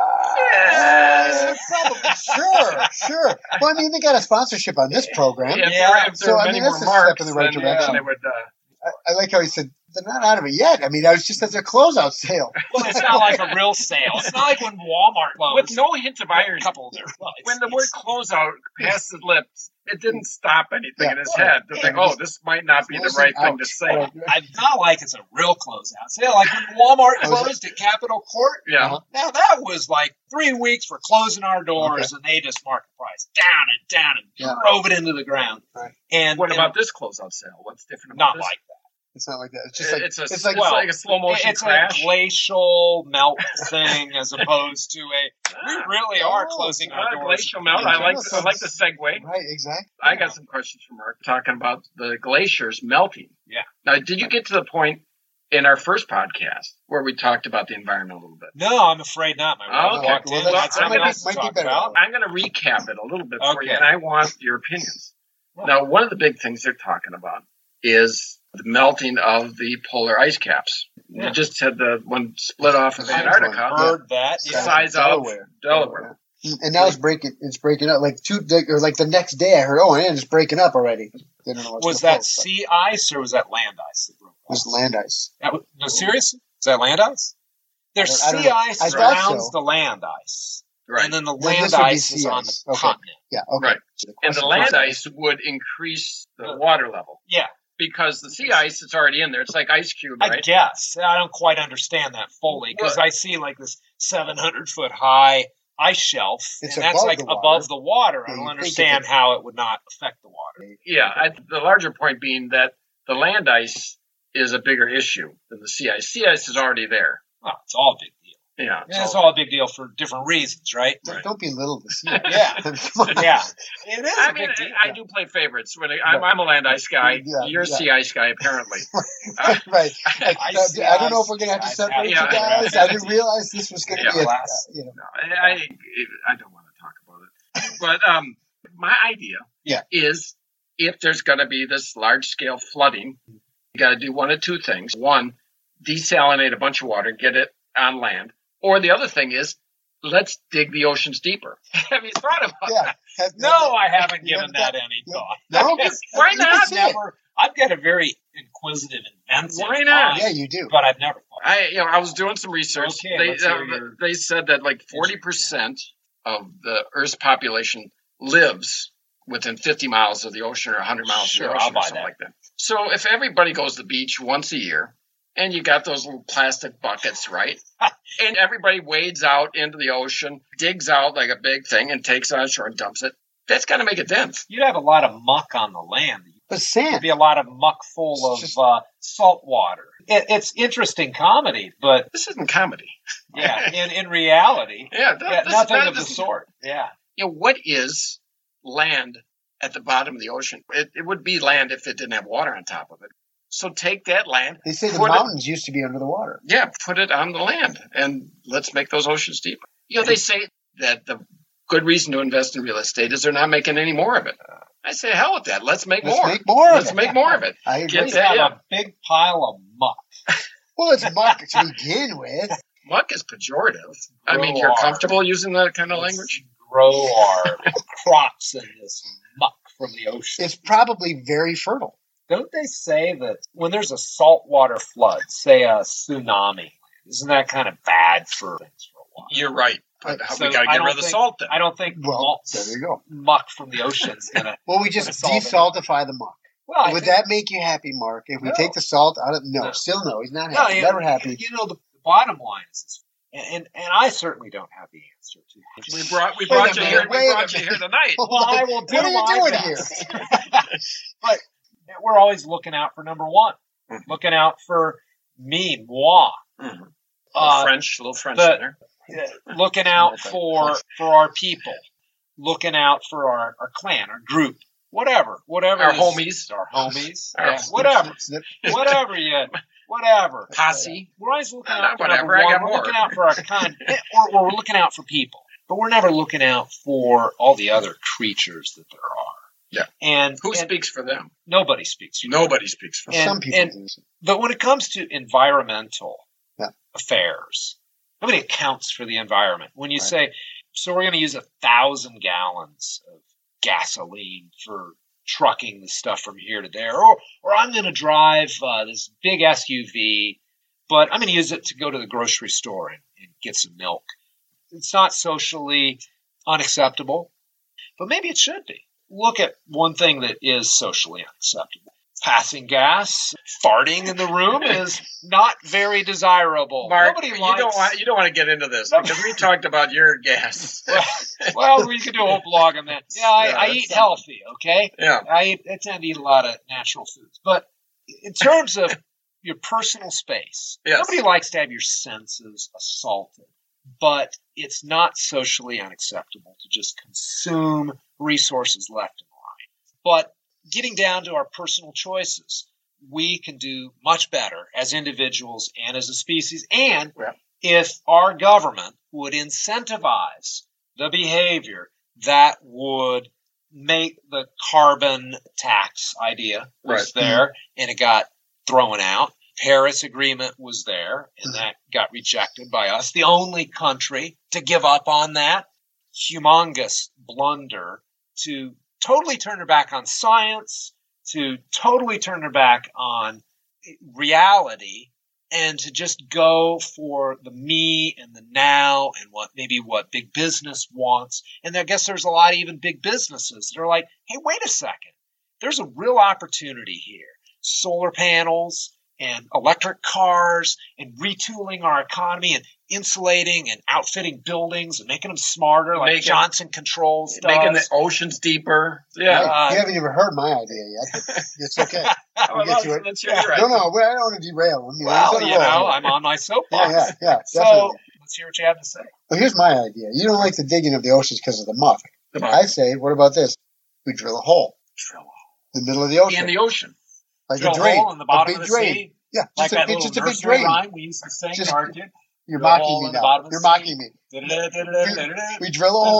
Speaker 7: Uh, probably. Sure, sure. Well, I mean, they got a sponsorship on this program.
Speaker 2: If there-
Speaker 6: Yeah.
Speaker 2: if there
Speaker 7: So,
Speaker 2: were
Speaker 7: I
Speaker 2: many
Speaker 7: mean,
Speaker 2: more
Speaker 7: that's a step
Speaker 2: marks,
Speaker 7: in the right
Speaker 2: then,
Speaker 7: direction.
Speaker 2: then it would. Uh,
Speaker 7: I, I like how he said they're not out of it yet. I mean, that was just as a closeout sale.
Speaker 6: Well, it's not like a real sale. It's not like when Walmart
Speaker 2: With
Speaker 6: closed.
Speaker 2: no hint of irony.
Speaker 6: couple there. Well, it's-
Speaker 2: When the word
Speaker 6: it's-
Speaker 2: closeout passed his lips, it didn't stop anything in his
Speaker 7: Yeah.
Speaker 2: head to think, oh, this might not be the right thing to say.
Speaker 6: it's not like it's a real closeout sale. Like when Walmart
Speaker 7: Oh, is it?
Speaker 6: closed at Capitol Court.
Speaker 2: Yeah.
Speaker 6: Now that was like three weeks for closing our doors, and they just marked the price down and down and
Speaker 7: Yeah.
Speaker 6: drove it into the ground.
Speaker 7: Right.
Speaker 6: And
Speaker 2: What
Speaker 6: and
Speaker 2: about this closeout sale? What's different about
Speaker 6: not
Speaker 2: this?
Speaker 6: like
Speaker 7: It's not like that. It's just
Speaker 2: It-
Speaker 7: like
Speaker 2: it's, a,
Speaker 7: it's like
Speaker 2: it's
Speaker 6: well,
Speaker 2: like a slow motion
Speaker 6: it's
Speaker 2: crash.
Speaker 6: a glacial melt thing as opposed to a we really are
Speaker 7: Oh, uh,
Speaker 6: closing our
Speaker 2: Ah,
Speaker 6: doors.
Speaker 2: glacial melt. I like I like the segue.
Speaker 7: right, exactly.
Speaker 2: I got some questions from Mark talking about the glaciers melting.
Speaker 6: Yeah.
Speaker 2: Now, did you get to the point in our first podcast where we talked about the environment a little bit?
Speaker 6: No, I'm afraid not.
Speaker 7: Ah,
Speaker 6: My
Speaker 2: Oh,
Speaker 6: wife
Speaker 2: okay.
Speaker 6: walked
Speaker 2: Well,
Speaker 6: in.
Speaker 2: that's-
Speaker 6: That's something
Speaker 2: might be-
Speaker 6: else to
Speaker 7: might be
Speaker 6: talk
Speaker 7: better.
Speaker 6: about.
Speaker 2: I'm going to recap it a little bit for you,
Speaker 6: Okay.
Speaker 2: and I want your opinions. Now, one of the big things they're talking about is the melting of the polar ice caps.
Speaker 6: Yeah.
Speaker 2: You just said the one split off of
Speaker 7: The size
Speaker 2: Antarctica,
Speaker 7: one.
Speaker 6: Heard that?
Speaker 2: the
Speaker 7: Yeah.
Speaker 2: size of
Speaker 7: Delaware.
Speaker 2: Delaware.
Speaker 7: And now it's breaking. It's breaking up. Like two, like, or like the next day, I heard, oh, and it's breaking up already. They don't know what's
Speaker 6: Was
Speaker 7: gonna
Speaker 6: that
Speaker 7: float,
Speaker 6: sea ice or was that land ice? That broke
Speaker 7: but It was land ice.
Speaker 6: That was, no, seriously? Is that land ice? There's
Speaker 7: I don't- I
Speaker 6: sea
Speaker 7: don't know.
Speaker 6: ice
Speaker 7: I thought
Speaker 6: surrounds
Speaker 7: so.
Speaker 6: the land ice.
Speaker 2: Right.
Speaker 6: And then the
Speaker 7: Then
Speaker 6: land
Speaker 7: this would be
Speaker 6: ice is
Speaker 7: sea
Speaker 6: on the
Speaker 7: ice. Okay.
Speaker 6: continent.
Speaker 7: Yeah. Okay.
Speaker 2: Right.
Speaker 7: So
Speaker 2: And the
Speaker 7: question
Speaker 2: land
Speaker 7: comes-
Speaker 2: ice would increase the
Speaker 6: Uh,
Speaker 2: water level
Speaker 6: Yeah,
Speaker 2: because the sea ice is already in there. It's like ice cube,
Speaker 6: I
Speaker 2: right?
Speaker 6: guess. I don't quite understand that fully because
Speaker 2: Well-
Speaker 6: I see like this 700 foot high ice shelf,
Speaker 7: It's
Speaker 6: and that's
Speaker 7: above
Speaker 6: like
Speaker 7: the water.
Speaker 6: above the water.
Speaker 7: Yeah,
Speaker 6: I
Speaker 7: you
Speaker 6: don't
Speaker 7: think it's
Speaker 6: understand
Speaker 7: a-
Speaker 6: how it would not affect the water.
Speaker 2: Yeah, I, the larger point being that the land ice is a bigger issue than the sea ice. Sea ice is already there.
Speaker 6: Oh, it's all a big deal.
Speaker 2: Yeah,
Speaker 6: And it's all a big deal for different reasons, right?
Speaker 2: Right.
Speaker 7: Don't belittle
Speaker 2: *laughs*
Speaker 7: *laughs* the sea. ice.
Speaker 6: Yeah.
Speaker 7: Come on. *laughs*
Speaker 6: yeah. It is
Speaker 2: I
Speaker 6: a
Speaker 2: mean,
Speaker 6: big deal.
Speaker 2: I, I do play favorites. When I, I'm, I'm a land ice guy,
Speaker 7: Yeah,
Speaker 2: you're a
Speaker 7: yeah.
Speaker 2: sea ice guy, apparently. *laughs*
Speaker 7: right.
Speaker 2: I-
Speaker 7: I,
Speaker 6: see
Speaker 7: I don't know if
Speaker 6: ice,
Speaker 7: we're gonna have to
Speaker 6: ice,
Speaker 7: separate
Speaker 2: yeah.
Speaker 7: you guys. I
Speaker 2: *laughs*
Speaker 7: didn't realize this was gonna
Speaker 2: Yeah.
Speaker 7: be a, uh,
Speaker 6: Glass.
Speaker 7: you know.
Speaker 2: No, I, I, I don't want to talk about it. But um, my idea
Speaker 7: Yeah.
Speaker 2: is if there's going to be this large scale flooding, you got to do one of two things. One, desalinate a bunch of water, get it on land. Or the other thing is, let's dig the oceans deeper. *laughs* Have you thought about
Speaker 7: Yeah.
Speaker 2: *laughs*
Speaker 7: Have-
Speaker 6: No, I haven't
Speaker 7: You
Speaker 6: given
Speaker 7: haven't
Speaker 6: that any
Speaker 7: you-
Speaker 6: thought.
Speaker 7: No?
Speaker 2: Why
Speaker 7: You can
Speaker 2: not?
Speaker 7: see it.
Speaker 6: Never. I've got a very inquisitive, inventive.
Speaker 2: Why not?
Speaker 6: mind,
Speaker 7: Yeah, you do.
Speaker 6: But I've never thought.
Speaker 2: I you know I was doing some research.
Speaker 6: Okay,
Speaker 2: they
Speaker 6: let's hear
Speaker 2: uh,
Speaker 6: your-
Speaker 2: they said that like forty percent of the Earth's population lives within fifty miles of the ocean or hundred miles
Speaker 6: Sure,
Speaker 2: of the
Speaker 6: I'll
Speaker 2: ocean
Speaker 6: buy
Speaker 2: or something
Speaker 6: that.
Speaker 2: like that. So if everybody goes to the beach once a year, and you got those little plastic buckets,
Speaker 6: *laughs*
Speaker 2: right? and everybody wades out into the ocean, digs out like a big thing, and takes it on shore and dumps it. That's gonna make a dent.
Speaker 6: You'd have a lot of muck on the land.
Speaker 7: But
Speaker 6: There'd
Speaker 7: sand.
Speaker 6: be a lot of muck full
Speaker 7: It's
Speaker 2: *laughs*
Speaker 6: of
Speaker 7: just-
Speaker 6: uh, salt water. It, it's interesting comedy, but
Speaker 2: This isn't comedy. *laughs*
Speaker 6: yeah, in, in reality,
Speaker 2: Yeah, that,
Speaker 6: yeah,
Speaker 2: this is
Speaker 6: nothing
Speaker 2: not-
Speaker 6: of the
Speaker 2: this is-
Speaker 6: sort. Yeah.
Speaker 2: you know, what is land at the bottom of the ocean? It, it would be land if it didn't have water on top of it. So take that land,
Speaker 7: They say the
Speaker 2: What-
Speaker 7: mountains used to be under the water.
Speaker 2: yeah, put it on the land, and let's make those oceans deeper. You know, they say that the good reason to invest in real estate is they're not making any more of it. I say, hell with that. Let's make
Speaker 7: Let's
Speaker 2: more.
Speaker 7: make more. of
Speaker 2: let's
Speaker 7: it.
Speaker 2: make more of it. *laughs*
Speaker 7: I
Speaker 2: Get
Speaker 7: agree.
Speaker 6: Just
Speaker 2: that,
Speaker 6: have
Speaker 2: yeah.
Speaker 6: a big pile of muck.
Speaker 7: Well, it's muck to begin with.
Speaker 2: Muck is pejorative. I mean,
Speaker 6: Grow
Speaker 2: you're
Speaker 6: our-
Speaker 2: comfortable using that kind of
Speaker 6: let's
Speaker 2: language?
Speaker 6: Grow our *laughs* crops in this muck from the ocean.
Speaker 7: It's probably very fertile.
Speaker 6: Don't they say that when there's a saltwater flood, say a tsunami, isn't that kind of bad for things for a while?
Speaker 2: You're right. But
Speaker 6: So
Speaker 2: we got to
Speaker 6: I
Speaker 2: get
Speaker 6: don't
Speaker 2: rid of the
Speaker 6: think-
Speaker 2: salt then.
Speaker 6: I don't think
Speaker 7: Well,
Speaker 6: malt-
Speaker 7: there you go.
Speaker 6: muck from the ocean's
Speaker 2: *laughs*
Speaker 6: gonna.
Speaker 7: Well, we just
Speaker 6: Put a salt in it.
Speaker 7: desaltify the muck.
Speaker 6: Well, I
Speaker 7: Would
Speaker 6: think-
Speaker 7: that make you happy, Mark? If we
Speaker 6: No.
Speaker 7: take the salt out of no,
Speaker 6: No.
Speaker 7: still no. He's not
Speaker 6: No,
Speaker 7: happy.
Speaker 6: you-
Speaker 7: Never happy.
Speaker 6: You know, the, the bottom line is, this, and, and and I certainly don't have the answer to. this.
Speaker 2: We brought, we
Speaker 7: Wait a
Speaker 2: brought you
Speaker 7: minute,
Speaker 2: here.
Speaker 7: wait
Speaker 2: We
Speaker 7: a
Speaker 2: brought you here
Speaker 7: *laughs*
Speaker 2: tonight.
Speaker 6: *laughs* Well, I *laughs* will do
Speaker 7: what are you
Speaker 6: my
Speaker 7: doing
Speaker 6: best.
Speaker 7: here?
Speaker 6: but we're always looking out for number one,
Speaker 2: Mhm.
Speaker 6: looking out for me, moi.
Speaker 2: Mhm.
Speaker 6: Uh,
Speaker 2: French, little French
Speaker 6: the-
Speaker 2: in there.
Speaker 6: looking out for for our people, looking out for our, our clan, our group, whatever, whatever,
Speaker 2: Our
Speaker 6: is-
Speaker 2: homies.
Speaker 6: our homies,
Speaker 2: Our-
Speaker 6: yeah, *laughs* whatever,
Speaker 7: Snip,
Speaker 6: whatever you, whatever.
Speaker 2: Posse.
Speaker 6: We're always looking
Speaker 2: Uh,
Speaker 6: out for
Speaker 2: whatever,
Speaker 6: number
Speaker 2: I
Speaker 6: one.
Speaker 2: got
Speaker 6: We're
Speaker 2: more.
Speaker 6: looking out for our kind, or, or we're looking out for people, but we're never looking out for all the other creatures that there are.
Speaker 2: Yeah.
Speaker 6: and
Speaker 2: Who
Speaker 6: and
Speaker 2: speaks for them?
Speaker 6: Nobody speaks.
Speaker 2: Nobody speaks for
Speaker 7: snip.
Speaker 2: them.
Speaker 6: And-
Speaker 7: Some people
Speaker 6: and-
Speaker 7: do. this.
Speaker 6: But when it comes to environmental
Speaker 7: Yeah.
Speaker 6: affairs, nobody accounts for the environment. When you
Speaker 7: Right.
Speaker 6: say, so we're going to use a thousand gallons of gasoline for trucking the stuff from here to there, or or I'm going to drive uh, this big SUV, but I'm going to use it to go to the grocery store and, and get some milk. It's not socially unacceptable, but maybe it should be. Look at one thing that is socially unacceptable. Passing gas, farting in the room is not very desirable.
Speaker 2: Mark,
Speaker 6: Nobody
Speaker 2: you
Speaker 6: likes...
Speaker 2: don't *laughs* want you don't want to get into this *laughs*
Speaker 6: No.
Speaker 2: because we talked about your *laughs* gas.
Speaker 6: well, we could do a whole blog on that. Yeah, I,
Speaker 2: Yeah,
Speaker 6: I
Speaker 2: that's
Speaker 6: eat
Speaker 2: something.
Speaker 6: healthy, okay?
Speaker 2: yeah,
Speaker 6: I, eat, I tend to eat a lot of natural foods. But in
Speaker 2: *laughs*
Speaker 6: terms of your personal space,
Speaker 2: Yes.
Speaker 6: nobody likes to have your senses assaulted. But it's not socially unacceptable to just consume resources left and right. But getting down to our personal choices, we can do much better as individuals and as a species. And
Speaker 2: Yeah.
Speaker 6: if our government would incentivize the behavior that would make the carbon tax idea was
Speaker 2: Right.
Speaker 6: there and it got thrown out. Paris Agreement was there and
Speaker 2: Mm-hmm.
Speaker 6: that got rejected by us. The only country to give up on that humongous blunder to totally turn their back on science, to totally turn their back on reality and to just go for the me and the now and what maybe what big business wants. And I guess there's a lot of even big businesses that are like, hey, wait a second. There's a real opportunity here. Solar panels and electric cars and retooling our economy and insulating and outfitting buildings and making them smarter like
Speaker 2: Making-
Speaker 6: Johnson Controls does.
Speaker 2: *laughs* making the oceans deeper. Yeah,
Speaker 6: Uh,
Speaker 7: you haven't even heard my idea yet. It's
Speaker 6: *laughs*
Speaker 7: okay.
Speaker 2: Well,
Speaker 7: get
Speaker 2: let's,
Speaker 7: to it.
Speaker 2: let's hear your
Speaker 7: No,
Speaker 2: idea.
Speaker 7: no, well, I don't want to derail him. You know, he's *laughs*
Speaker 6: well,
Speaker 7: on a
Speaker 6: you
Speaker 7: roll
Speaker 6: know,
Speaker 7: here.
Speaker 6: I'm on my soapbox.
Speaker 7: Yeah, yeah, yeah.
Speaker 6: so
Speaker 7: definitely.
Speaker 6: let's hear what you have to say.
Speaker 7: Well, here's my idea. You don't like the digging of the oceans because of the muck.
Speaker 2: The muck.
Speaker 7: I say, what about this? We drill a hole
Speaker 2: Drill
Speaker 7: in the middle of the ocean,
Speaker 2: in the ocean.
Speaker 7: like
Speaker 6: drill
Speaker 7: a drain,
Speaker 6: hole in the bottom
Speaker 7: a
Speaker 6: of
Speaker 7: big
Speaker 6: the
Speaker 7: drain.
Speaker 6: sea,
Speaker 7: Yeah,
Speaker 6: like
Speaker 7: just
Speaker 6: that
Speaker 7: a, it's
Speaker 6: little
Speaker 7: just a big
Speaker 6: nursery
Speaker 7: drain.
Speaker 6: rime we used to sing
Speaker 7: Just-
Speaker 6: in our kid.
Speaker 7: You're
Speaker 6: drill a
Speaker 7: mocking
Speaker 6: hole
Speaker 7: me
Speaker 6: in the
Speaker 7: now.
Speaker 6: bottom of
Speaker 7: You're
Speaker 6: the
Speaker 7: mocking me. We drill a
Speaker 6: There's a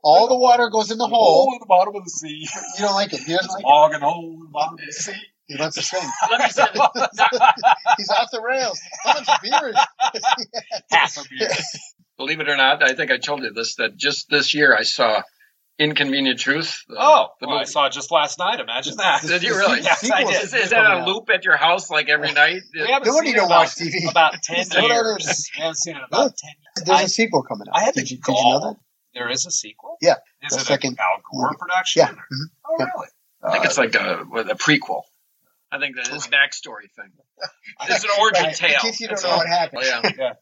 Speaker 6: hole.
Speaker 7: All
Speaker 6: There's
Speaker 7: the
Speaker 6: a
Speaker 7: water goes in the
Speaker 6: Hole
Speaker 7: hole.
Speaker 6: in the bottom of the
Speaker 7: *laughs*
Speaker 6: sea.
Speaker 7: You don't like it. He doesn't like it.
Speaker 6: Log and hole in the bottom of the sea.
Speaker 7: He
Speaker 6: *laughs*
Speaker 7: wants to sing.
Speaker 2: Let me send
Speaker 7: *laughs* He's off the rails. How much beer is
Speaker 6: Half a beer.
Speaker 2: Believe it or not, I think I told you this that just this year I saw Inconvenient Truth. the-
Speaker 6: Oh,
Speaker 2: the
Speaker 6: well, I
Speaker 2: movie.
Speaker 6: saw it just last night. Imagine that.
Speaker 2: Did you really?
Speaker 6: Yes, I did.
Speaker 2: Is, is that
Speaker 7: coming
Speaker 2: on
Speaker 7: out.
Speaker 2: loop at your house like every *laughs* night?
Speaker 6: We haven't
Speaker 7: No
Speaker 6: seen
Speaker 7: wonder you
Speaker 6: it
Speaker 7: don't
Speaker 6: about,
Speaker 7: watch TV.
Speaker 6: about 10
Speaker 7: No, no, no,
Speaker 6: years. We haven't seen it
Speaker 7: No.
Speaker 6: about 10 years.
Speaker 7: *laughs* There's
Speaker 6: I-
Speaker 7: a sequel coming out.
Speaker 6: I had
Speaker 7: did
Speaker 6: the
Speaker 7: you, did you know
Speaker 6: gall.
Speaker 7: that?
Speaker 6: There is a sequel?
Speaker 7: Yeah,
Speaker 6: Is
Speaker 7: the
Speaker 6: it
Speaker 7: second
Speaker 6: a Al Gore
Speaker 7: movie.
Speaker 6: production?
Speaker 7: Yeah.
Speaker 6: or-
Speaker 7: mhm.
Speaker 6: Oh,
Speaker 7: Yeah.
Speaker 6: really?
Speaker 2: I
Speaker 7: Uh,
Speaker 2: think it's like a, with a prequel. I think that *laughs* is a backstory thing. It's *laughs* an origin
Speaker 7: Right,
Speaker 2: tale.
Speaker 7: In case you don't
Speaker 2: It's
Speaker 7: know
Speaker 2: all-
Speaker 7: what happened.
Speaker 2: Oh, yeah.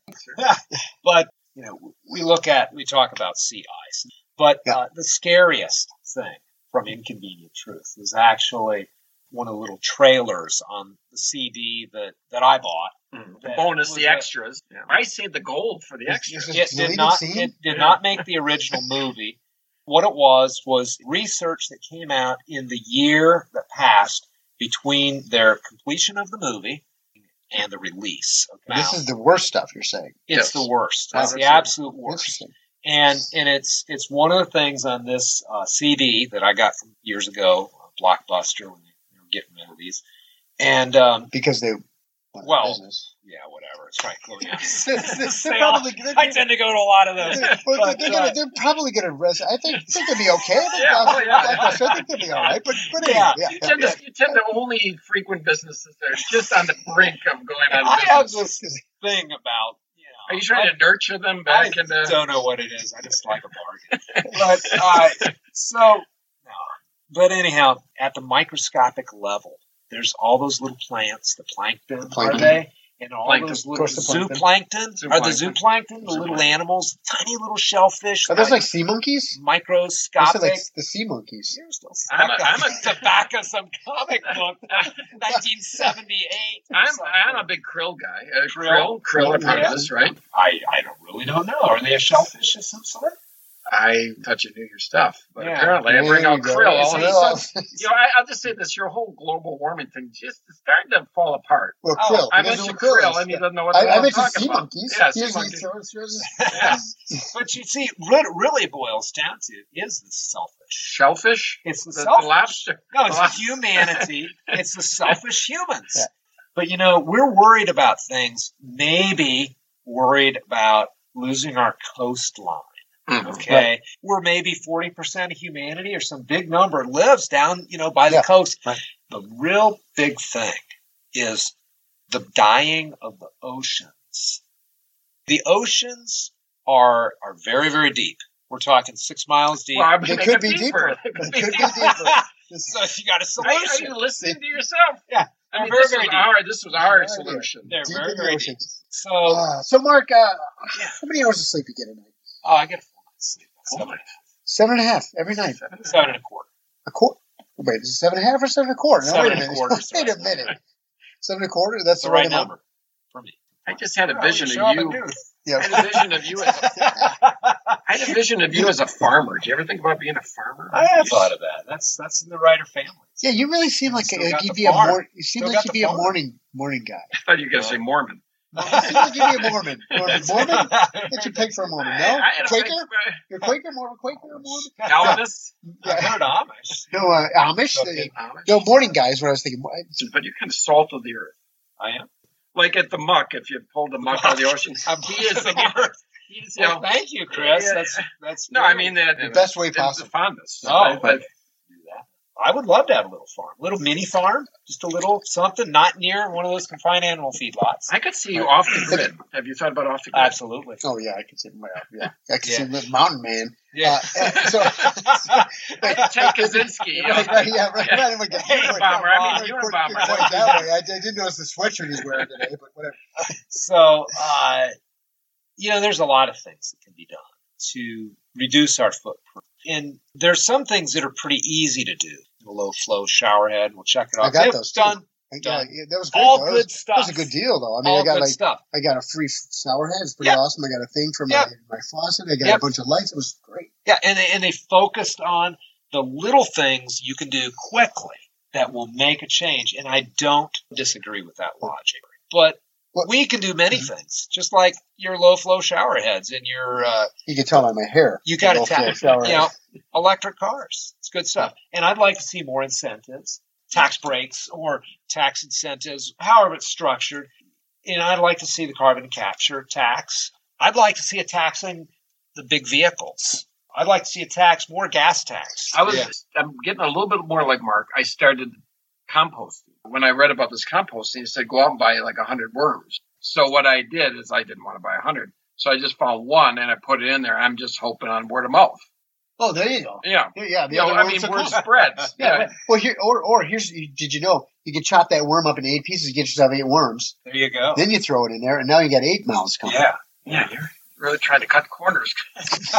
Speaker 6: but you know, we look at we talk about sea ice, but
Speaker 7: Yeah. Mm-hmm.
Speaker 6: uh, the scariest thing from Inconvenient Truth was actually one of the little trailers on the CD that that I bought.
Speaker 2: Mm. *laughs*
Speaker 6: That
Speaker 2: Bonus,
Speaker 6: was
Speaker 2: the
Speaker 6: a-
Speaker 2: extras. I saved the gold for the
Speaker 7: Is-
Speaker 2: extras.
Speaker 7: is
Speaker 6: It
Speaker 7: Deleted
Speaker 6: did not
Speaker 7: scene?
Speaker 6: it did not make the original movie. What it was was research that came out in the year that passed between their completion of the movie and the release. of
Speaker 7: This
Speaker 6: Bound.
Speaker 7: is the worst stuff you're saying.
Speaker 2: Yes.
Speaker 6: It's the worst.
Speaker 7: Wow.
Speaker 6: It's the absolute worst.
Speaker 7: Interesting.
Speaker 6: And and it's it's one of the things on this uh, CD that I got from years ago, uh, Blockbuster, when they were getting rid of these. And um,
Speaker 7: Because they went out
Speaker 6: Well,
Speaker 7: of business.
Speaker 6: yeah, whatever. It's Frank *laughs* Williams.
Speaker 7: They're-
Speaker 6: *laughs*
Speaker 7: they're
Speaker 6: They all-
Speaker 7: probably- they're-
Speaker 6: I tend to go to a lot of those.
Speaker 7: they're- well,
Speaker 6: but,
Speaker 7: they're
Speaker 6: uh,
Speaker 7: gonna- They're probably going to rest. I think, I think they'll be okay. I think,
Speaker 2: Yeah,
Speaker 7: Blockbuster-
Speaker 2: oh, yeah, yeah.
Speaker 7: Blockbuster, I think they'll be all right. But, but anyway, yeah,
Speaker 2: You
Speaker 7: yeah,
Speaker 2: tend,
Speaker 7: yeah.
Speaker 2: to, you tend to only frequent businesses that are just on the brink of going out of
Speaker 6: I have
Speaker 2: business.
Speaker 6: this thing about you know.
Speaker 2: Are you trying to nurture them back
Speaker 6: I
Speaker 2: into?
Speaker 6: don't know what it is. I just like a
Speaker 2: *laughs*
Speaker 6: bargain. but uh, so, no. but anyhow, at the microscopic level, there's all those little plants, the plankton,
Speaker 7: plankton.
Speaker 6: are they? And all
Speaker 2: Plankton.
Speaker 6: those
Speaker 7: Of
Speaker 6: little
Speaker 7: course the plankton.
Speaker 6: zooplankton. Are the
Speaker 2: Zooplankton.
Speaker 6: zooplankton the little
Speaker 2: Zooplankton.
Speaker 6: animals, tiny little shellfish?
Speaker 7: Are those like sea monkeys? Those are
Speaker 6: microscopic?
Speaker 7: like the sea monkeys.
Speaker 6: You're still
Speaker 2: I'm a-
Speaker 6: stuck
Speaker 2: I'm
Speaker 6: on
Speaker 2: a-
Speaker 6: the back of some comic
Speaker 2: *laughs*
Speaker 6: book, 1978. or
Speaker 2: I'm
Speaker 6: something.
Speaker 2: I'm a big krill guy. Uh, krill,
Speaker 6: Krill?
Speaker 2: krill are part
Speaker 6: Yeah.
Speaker 2: of this, right?
Speaker 6: I, I don't really don't know. Are they a shellfish of some sort?
Speaker 2: I thought you knew your stuff, but
Speaker 6: Yeah.
Speaker 2: apparently I
Speaker 7: There
Speaker 2: bring
Speaker 7: you
Speaker 2: out
Speaker 7: go.
Speaker 2: krill. all
Speaker 7: So
Speaker 2: of
Speaker 7: they're
Speaker 2: a
Speaker 7: all-
Speaker 2: sudden. You know, I, I'll just say this: your whole global warming thing just is starting to fall apart.
Speaker 7: Well, *laughs*
Speaker 6: Oh,
Speaker 7: krill.
Speaker 2: I
Speaker 7: He doesn't know
Speaker 2: mentioned
Speaker 7: what krill
Speaker 2: krill,
Speaker 7: is.
Speaker 2: and he doesn't know what the
Speaker 7: I,
Speaker 2: hell
Speaker 7: I
Speaker 2: I'm
Speaker 7: mentioned
Speaker 2: talking
Speaker 7: sea
Speaker 2: about.
Speaker 7: monkeys.
Speaker 2: Yeah,
Speaker 7: He
Speaker 2: sea
Speaker 7: doesn't
Speaker 2: monkeys.
Speaker 7: eat yours- yours.
Speaker 2: Yeah.
Speaker 6: *laughs* But you see, what it really boils down to is the selfish.
Speaker 2: Shellfish,
Speaker 6: It's the
Speaker 2: the, the
Speaker 6: selfish.
Speaker 2: lobster.
Speaker 6: No, it's the
Speaker 2: lobster.
Speaker 7: *laughs*
Speaker 6: humanity. It's the selfish humans.
Speaker 7: Yeah.
Speaker 6: But you know, we're worried about things. Maybe worried about losing our coastline.
Speaker 7: Hmm.
Speaker 6: Okay, where maybe forty percent of humanity or some big number lives down, you know, by the
Speaker 7: Yeah,
Speaker 6: coast.
Speaker 7: right.
Speaker 6: The real big thing is the dying of the oceans. The oceans are are very very deep. We're talking six miles deep.
Speaker 2: Well,
Speaker 6: *laughs*
Speaker 2: I mean,
Speaker 7: It
Speaker 2: they
Speaker 7: could
Speaker 2: got
Speaker 7: be deeper.
Speaker 2: They
Speaker 7: It
Speaker 2: *laughs*
Speaker 7: could be deeper. This-
Speaker 6: so you got a
Speaker 2: Are, you- are
Speaker 6: solution.
Speaker 2: you listening to yourself?
Speaker 6: Yeah.
Speaker 2: I mean,
Speaker 6: Very,
Speaker 2: this,
Speaker 6: very
Speaker 2: was
Speaker 6: deep.
Speaker 2: our, this was our
Speaker 7: Very, very
Speaker 2: solution.
Speaker 6: They're
Speaker 7: Deep
Speaker 6: very
Speaker 7: in the
Speaker 6: very deep.
Speaker 7: oceans.
Speaker 6: So
Speaker 7: Ah, so, Mark, uh, how many hours of sleep you get a night?
Speaker 6: oh, I get four months sleep. Seven,
Speaker 2: Boy,
Speaker 7: Seven and a half every night.
Speaker 6: seven and a quarter.
Speaker 7: A quarter. Wait, is it seven and a half or seven and a quarter? Now,
Speaker 6: Seven
Speaker 7: wait a
Speaker 6: and a
Speaker 7: minute.
Speaker 6: quarter is the
Speaker 7: *laughs* wait
Speaker 6: right
Speaker 7: a minute. Seven and a quarter? That's
Speaker 6: It's
Speaker 7: the,
Speaker 6: the right
Speaker 7: amount.
Speaker 6: number for me.
Speaker 2: I just had a
Speaker 6: Oh,
Speaker 2: vision
Speaker 6: show
Speaker 2: of
Speaker 6: up
Speaker 2: you. *laughs*
Speaker 6: at noon.
Speaker 2: I had a vision of you as a, I had a vision of you as a farmer. Do you ever think about being a farmer?
Speaker 6: I have
Speaker 2: You-
Speaker 6: thought of that. That's that's in the writer family.
Speaker 7: Yeah, you really seem like,
Speaker 6: Still
Speaker 7: like
Speaker 6: got
Speaker 7: you'd
Speaker 6: the
Speaker 7: be a
Speaker 6: farm.
Speaker 7: mor- you seem
Speaker 6: Still
Speaker 7: like
Speaker 6: got
Speaker 7: you'd
Speaker 6: the
Speaker 7: be a
Speaker 6: farm.
Speaker 7: morning morning
Speaker 6: *laughs*
Speaker 7: guy.
Speaker 2: *laughs* I thought you were going to say Mormon.
Speaker 7: You seem like you'd be a Mormon. Mormon,
Speaker 6: *laughs*
Speaker 7: Mormon? Get
Speaker 6: That's
Speaker 7: your pick for
Speaker 6: *laughs*
Speaker 7: a Mormon.
Speaker 2: I,
Speaker 7: Oh, No,
Speaker 2: I had a
Speaker 7: Quaker.
Speaker 2: big-
Speaker 7: You're Quaker, Mormon, Quaker, Mormon.
Speaker 2: *laughs* Calvinist.
Speaker 6: I've heard Amish.
Speaker 7: No, uh, Amish.
Speaker 6: Okay.
Speaker 2: Amish.
Speaker 7: no, morning guy is what I was thinking.
Speaker 2: But you're kind of salt of the earth.
Speaker 6: I am.
Speaker 2: Like at the muck, if you pulled the muck out of the ocean.
Speaker 6: I'm
Speaker 2: Um, He is the He's, you
Speaker 6: *laughs* Well,
Speaker 2: know,
Speaker 6: thank you, Chris.
Speaker 2: Yeah.
Speaker 6: That's that's
Speaker 2: no, I mean that
Speaker 7: The best way
Speaker 2: it's the
Speaker 7: possible.
Speaker 2: fondness.
Speaker 6: Oh,
Speaker 2: but
Speaker 6: I would love to have a little farm, little mini farm, just a little something, not near one of those confined animal feedlots.
Speaker 2: I could see you off the grid. Have you thought about off the grid?
Speaker 6: Absolutely.
Speaker 7: Oh yeah, I can see him. well, Yeah, I can see
Speaker 6: Yeah.
Speaker 7: him live mountain man.
Speaker 6: *laughs*
Speaker 2: *laughs*
Speaker 6: Yeah.
Speaker 7: Uh, so,
Speaker 2: I'd take Kaczynski. you know?
Speaker 7: right, right, *laughs* yeah, right. right I'm like,
Speaker 2: Hey, bomber, I mean,
Speaker 7: Good
Speaker 2: you're a
Speaker 7: point,
Speaker 2: bomber.
Speaker 7: good point that way. I, I didn't notice the sweatshirt he's wearing today, but whatever.
Speaker 6: So, uh, you know, there's a lot of things that can be done to reduce our footprint. And there's some things that are pretty easy to do. A low flow shower head. We'll check it
Speaker 7: I
Speaker 6: off.
Speaker 7: got
Speaker 6: Yep,
Speaker 7: those, too.
Speaker 6: done.
Speaker 7: Yeah, yeah, that was great.
Speaker 6: All good
Speaker 7: though. that was,
Speaker 6: stuff.
Speaker 7: That was a good deal, though. I mean,
Speaker 6: All
Speaker 7: I got
Speaker 6: good
Speaker 7: like
Speaker 6: stuff.
Speaker 7: I got a free shower head. It's pretty
Speaker 6: Yep.
Speaker 7: awesome. I got a thing for my,
Speaker 6: Yep.
Speaker 7: my faucet. I got a
Speaker 6: Yep.
Speaker 7: bunch of lights. It was great.
Speaker 6: Yeah, and they, and they focused on the little things you can do quickly that will make a change. And I don't disagree with that logic. But
Speaker 7: Well- mm-hmm.
Speaker 6: we can do many things, just like your low flow shower heads and your uh,
Speaker 7: You can tell by my hair.
Speaker 6: You got to
Speaker 7: Low flow
Speaker 6: tax, you
Speaker 7: shower head.
Speaker 6: know, electric cars. It's good stuff. And I'd like to see more incentives, tax breaks or tax incentives, however it's structured. And I'd like to see the carbon capture tax. I'd like to see a tax on the big vehicles. I'd like to see a tax, more gas tax.
Speaker 2: I was.
Speaker 6: Yeah.
Speaker 2: I'm getting a little bit more like Mark. I started composting when I read about this composting. It said go out and buy like hundred worms. So what I did is I didn't want to buy hundred, so I just found one and I put it in there. I'm just hoping on word of mouth.
Speaker 7: Oh, there you go.
Speaker 2: Yeah,
Speaker 7: Yeah, yeah.
Speaker 2: you know, I mean word *laughs* spreads.
Speaker 7: Yeah. right. Well, here or or here's. Did you know you can chop that worm up into eight pieces, get yourself eight worms,
Speaker 6: There you go.
Speaker 7: then you throw it in there, and now you got eight mouths coming.
Speaker 6: Yeah.
Speaker 2: yeah, you're really trying to cut corners. *laughs*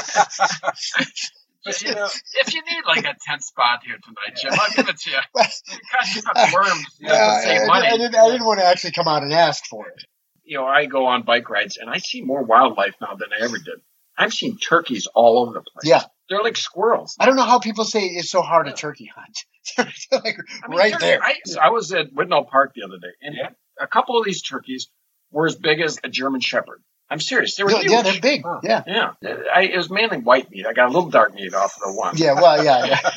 Speaker 6: But you know,
Speaker 2: If you need like a tenth spot here tonight, Jim, I'll give it *laughs* to you. You cut, cut worms, you
Speaker 7: Yeah,
Speaker 2: know, to save
Speaker 7: I,
Speaker 2: money.
Speaker 7: I, didn't, I didn't want to actually come out and ask for it.
Speaker 2: you know, I go on bike rides and I see more wildlife now than I ever did. I've seen turkeys all over the place.
Speaker 7: Yeah.
Speaker 2: They're like squirrels.
Speaker 7: I don't know how people say it's so hard to turkey hunt. *laughs* They're like,
Speaker 2: I mean,
Speaker 7: right
Speaker 2: turkey-
Speaker 7: there.
Speaker 2: I, I was at Whitnall Park the other day and
Speaker 6: Yeah.
Speaker 2: a couple of these turkeys were as big as a German Shepherd. I'm serious. They were
Speaker 7: No,
Speaker 2: huge.
Speaker 7: yeah, they're big.
Speaker 6: Huh.
Speaker 7: Yeah.
Speaker 2: Yeah. I, it was mainly white meat. I got a little dark meat off of the one.
Speaker 7: Yeah, well, yeah, yeah.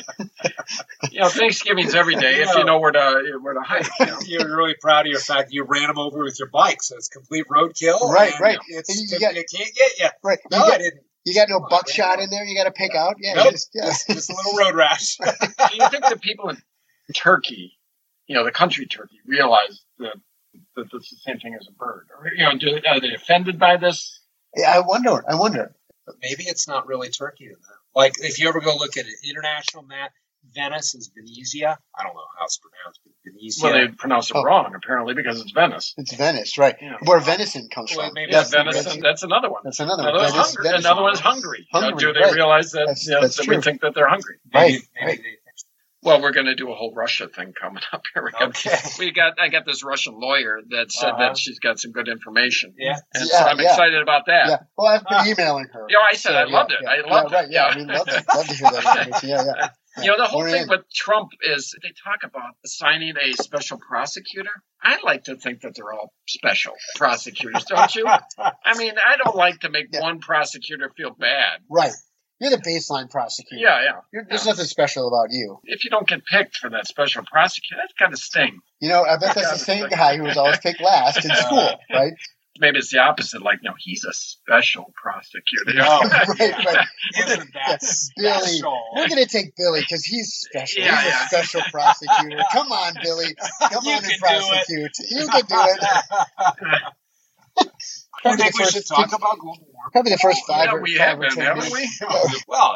Speaker 2: You know, Thanksgiving's every day if you know where to where to hide. You know?
Speaker 6: you're really proud of your fact that you ran them over with your bike, so it's complete roadkill.
Speaker 7: Right,
Speaker 6: and
Speaker 7: right. And
Speaker 6: It's,
Speaker 7: you got-
Speaker 6: it can't get you.
Speaker 7: Right. You,
Speaker 6: No, I
Speaker 7: got,
Speaker 6: didn't.
Speaker 7: you got no
Speaker 6: Come on,
Speaker 7: buckshot
Speaker 6: man.
Speaker 7: in there you got to pick out? Yeah.
Speaker 6: Oh. Nope.
Speaker 7: just- yeah.
Speaker 6: Just, just a little road rash.
Speaker 2: Do you think the people in Turkey, you know, the country Turkey, realize that that this is the same thing as a bird? Or, you know, do, are they offended by this?
Speaker 7: yeah. I wonder. I wonder.
Speaker 6: but maybe it's not really Turkey to them. Like if you ever go look at an international map, Venice is Venezia. I don't know how it's pronounced, but Venezia.
Speaker 2: Well, they pronounce it
Speaker 7: Oh.
Speaker 2: wrong apparently because it's Venice.
Speaker 7: It's Venice, right?
Speaker 2: Yeah.
Speaker 7: Where venison comes
Speaker 6: Well,
Speaker 7: from.
Speaker 6: maybe
Speaker 2: Yeah,
Speaker 6: Yes,
Speaker 2: Venice.
Speaker 6: Venice.
Speaker 2: And that's another one.
Speaker 7: That's another one.
Speaker 2: Another one's
Speaker 7: Venice,
Speaker 2: hungry.
Speaker 7: venison.
Speaker 2: Another one's hungry. You know, do
Speaker 7: Hungry,
Speaker 2: they
Speaker 7: right.
Speaker 2: realize that,
Speaker 7: That's-
Speaker 2: you know,
Speaker 7: that's
Speaker 2: that
Speaker 7: true.
Speaker 2: we think that they're hungry?
Speaker 6: maybe,
Speaker 7: Right,
Speaker 6: maybe
Speaker 7: right.
Speaker 2: Well, we're going to do a whole Russia thing coming up here. We
Speaker 6: They,
Speaker 2: got,
Speaker 6: okay.
Speaker 2: we got I got this Russian lawyer that said
Speaker 6: Uh-huh.
Speaker 2: that she's got some good information,
Speaker 6: *laughs* Yeah.
Speaker 2: and so
Speaker 7: Yeah,
Speaker 2: I'm
Speaker 7: yeah.
Speaker 2: excited about that.
Speaker 7: Yeah. Well, I've been
Speaker 6: Ah.
Speaker 7: emailing her.
Speaker 2: You know, I said I
Speaker 7: yeah,
Speaker 2: loved it.
Speaker 7: yeah.
Speaker 2: I loved
Speaker 7: yeah,
Speaker 2: it.
Speaker 7: Right, yeah. I mean, love, it. love to hear
Speaker 2: *laughs*
Speaker 7: that information. Yeah, yeah.
Speaker 2: You know, the whole
Speaker 7: Or
Speaker 2: thing
Speaker 7: in.
Speaker 2: with Trump is they talk about assigning a special prosecutor. I like to think that they're all special prosecutors, don't you?
Speaker 7: *laughs*
Speaker 2: I mean, I don't like to make
Speaker 7: Yeah.
Speaker 2: one prosecutor feel bad.
Speaker 7: Right. You're the baseline prosecutor.
Speaker 2: Yeah, yeah.
Speaker 7: You're, there's nothing special about you.
Speaker 2: If you don't get picked for that special prosecutor, that's kind of sting. *laughs*
Speaker 7: You know, I bet that's the same guy who was always picked last in school, right? *laughs*
Speaker 2: Maybe it's the opposite. Like, no, he's a special prosecutor. *laughs*
Speaker 6: No.
Speaker 7: Right, right.
Speaker 6: Oh, Isn't that
Speaker 7: Billy,
Speaker 6: special?
Speaker 7: we're gonna take Billy because he's special.
Speaker 2: Yeah,
Speaker 7: he's
Speaker 2: yeah.
Speaker 7: a special prosecutor. Come on,
Speaker 2: *laughs*
Speaker 7: Billy. Come
Speaker 6: You can
Speaker 7: on
Speaker 6: do
Speaker 7: and
Speaker 6: it.
Speaker 7: prosecute. You can do it.
Speaker 6: *laughs* I
Speaker 7: Probably
Speaker 6: think
Speaker 7: the
Speaker 6: we
Speaker 7: first-
Speaker 6: should talk about global warming.
Speaker 2: *laughs*
Speaker 7: Probably the first five
Speaker 2: yeah,
Speaker 7: or
Speaker 2: we
Speaker 7: five or
Speaker 2: haven't,
Speaker 7: ten
Speaker 2: haven't
Speaker 7: minutes.
Speaker 6: *laughs* well,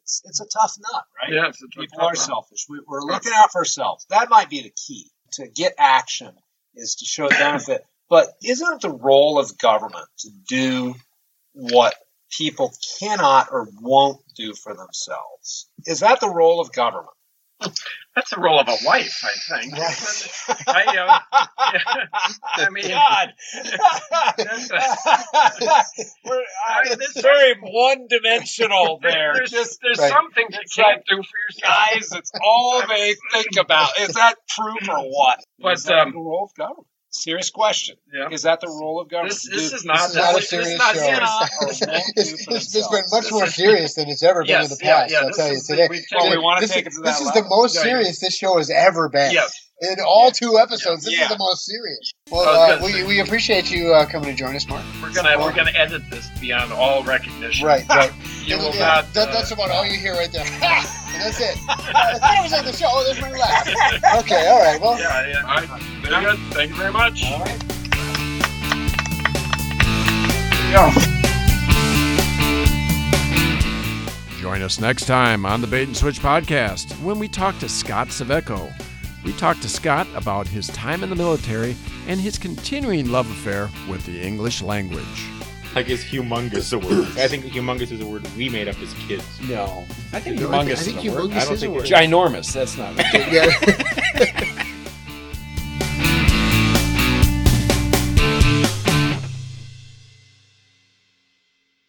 Speaker 6: it's it's a tough nut, right?
Speaker 2: Yeah, it's a tough
Speaker 6: People are
Speaker 2: problem.
Speaker 6: selfish. We, we're looking out for ourselves. That might be the key to get action is to show benefit. But isn't it the role of government to do what people cannot or won't do for themselves? Is that the role of government?
Speaker 2: That's the role of a wife, I think. *laughs* I,
Speaker 7: *laughs*
Speaker 2: uh, I mean, *laughs*
Speaker 6: God,
Speaker 2: that's a-
Speaker 6: we're
Speaker 2: I-
Speaker 6: uh,
Speaker 2: this-
Speaker 6: very one-dimensional there.
Speaker 2: there's
Speaker 6: Just
Speaker 2: there's
Speaker 7: right.
Speaker 2: some things you
Speaker 6: It's
Speaker 2: can't do for yourself.
Speaker 6: guys, it's all they think about. Is that true or what?
Speaker 2: But,
Speaker 6: is that
Speaker 2: um,
Speaker 6: the role of government? Serious question.
Speaker 2: Yeah.
Speaker 6: Is that the role of government?
Speaker 2: This, this
Speaker 6: Do-
Speaker 2: is not
Speaker 7: is not a
Speaker 2: this
Speaker 7: serious
Speaker 2: is not
Speaker 7: show. *laughs*
Speaker 2: cannot or
Speaker 7: It's,
Speaker 2: won't
Speaker 6: do for
Speaker 7: it's, it's
Speaker 6: themselves.
Speaker 7: been much
Speaker 2: This
Speaker 7: more
Speaker 2: is-
Speaker 7: serious than it's ever been
Speaker 2: Yes,
Speaker 7: in the
Speaker 2: yeah,
Speaker 7: past.
Speaker 2: yeah,
Speaker 7: I'll
Speaker 2: this
Speaker 7: tell you
Speaker 2: is the-
Speaker 7: today.
Speaker 2: we take-
Speaker 6: Well, we wanna
Speaker 7: this
Speaker 6: take
Speaker 7: is-
Speaker 6: it to that
Speaker 7: This is
Speaker 6: level.
Speaker 7: the most
Speaker 2: Yeah, yeah.
Speaker 7: serious this show has ever been.
Speaker 2: yes.
Speaker 7: In all
Speaker 6: Yeah.
Speaker 7: two episodes, this
Speaker 6: Yeah.
Speaker 7: is the most serious.
Speaker 2: I was
Speaker 7: Well, uh,
Speaker 2: gonna
Speaker 7: we,
Speaker 2: say-
Speaker 7: we appreciate you uh, coming to join us, Mark.
Speaker 2: We're gonna we're gonna edit this beyond all recognition.
Speaker 7: Right,
Speaker 2: *laughs*
Speaker 7: right.
Speaker 2: You will
Speaker 7: Yeah,
Speaker 2: not.
Speaker 7: that,
Speaker 2: uh,
Speaker 7: that's about all you hear right there. and
Speaker 2: *laughs*
Speaker 7: that's it. I thought I was on the show. Oh, there's my laugh. Okay, all right. Well,
Speaker 2: yeah, yeah. All right. Very good. Thank you very much.
Speaker 6: All right.
Speaker 8: Join us next time on the Bait and Switch podcast when we talk to Scott Saveco. We talk to Scott about his time in the military and his continuing love affair with the English language.
Speaker 9: Like, is humongous a word? I think humongous is a word we made up as kids.
Speaker 8: No,
Speaker 3: I think
Speaker 8: humongous
Speaker 3: I think
Speaker 8: is a word.
Speaker 3: humongous
Speaker 9: I don't
Speaker 3: is a
Speaker 9: think
Speaker 3: word.
Speaker 9: it's-
Speaker 8: ginormous. That's not.
Speaker 3: Yeah.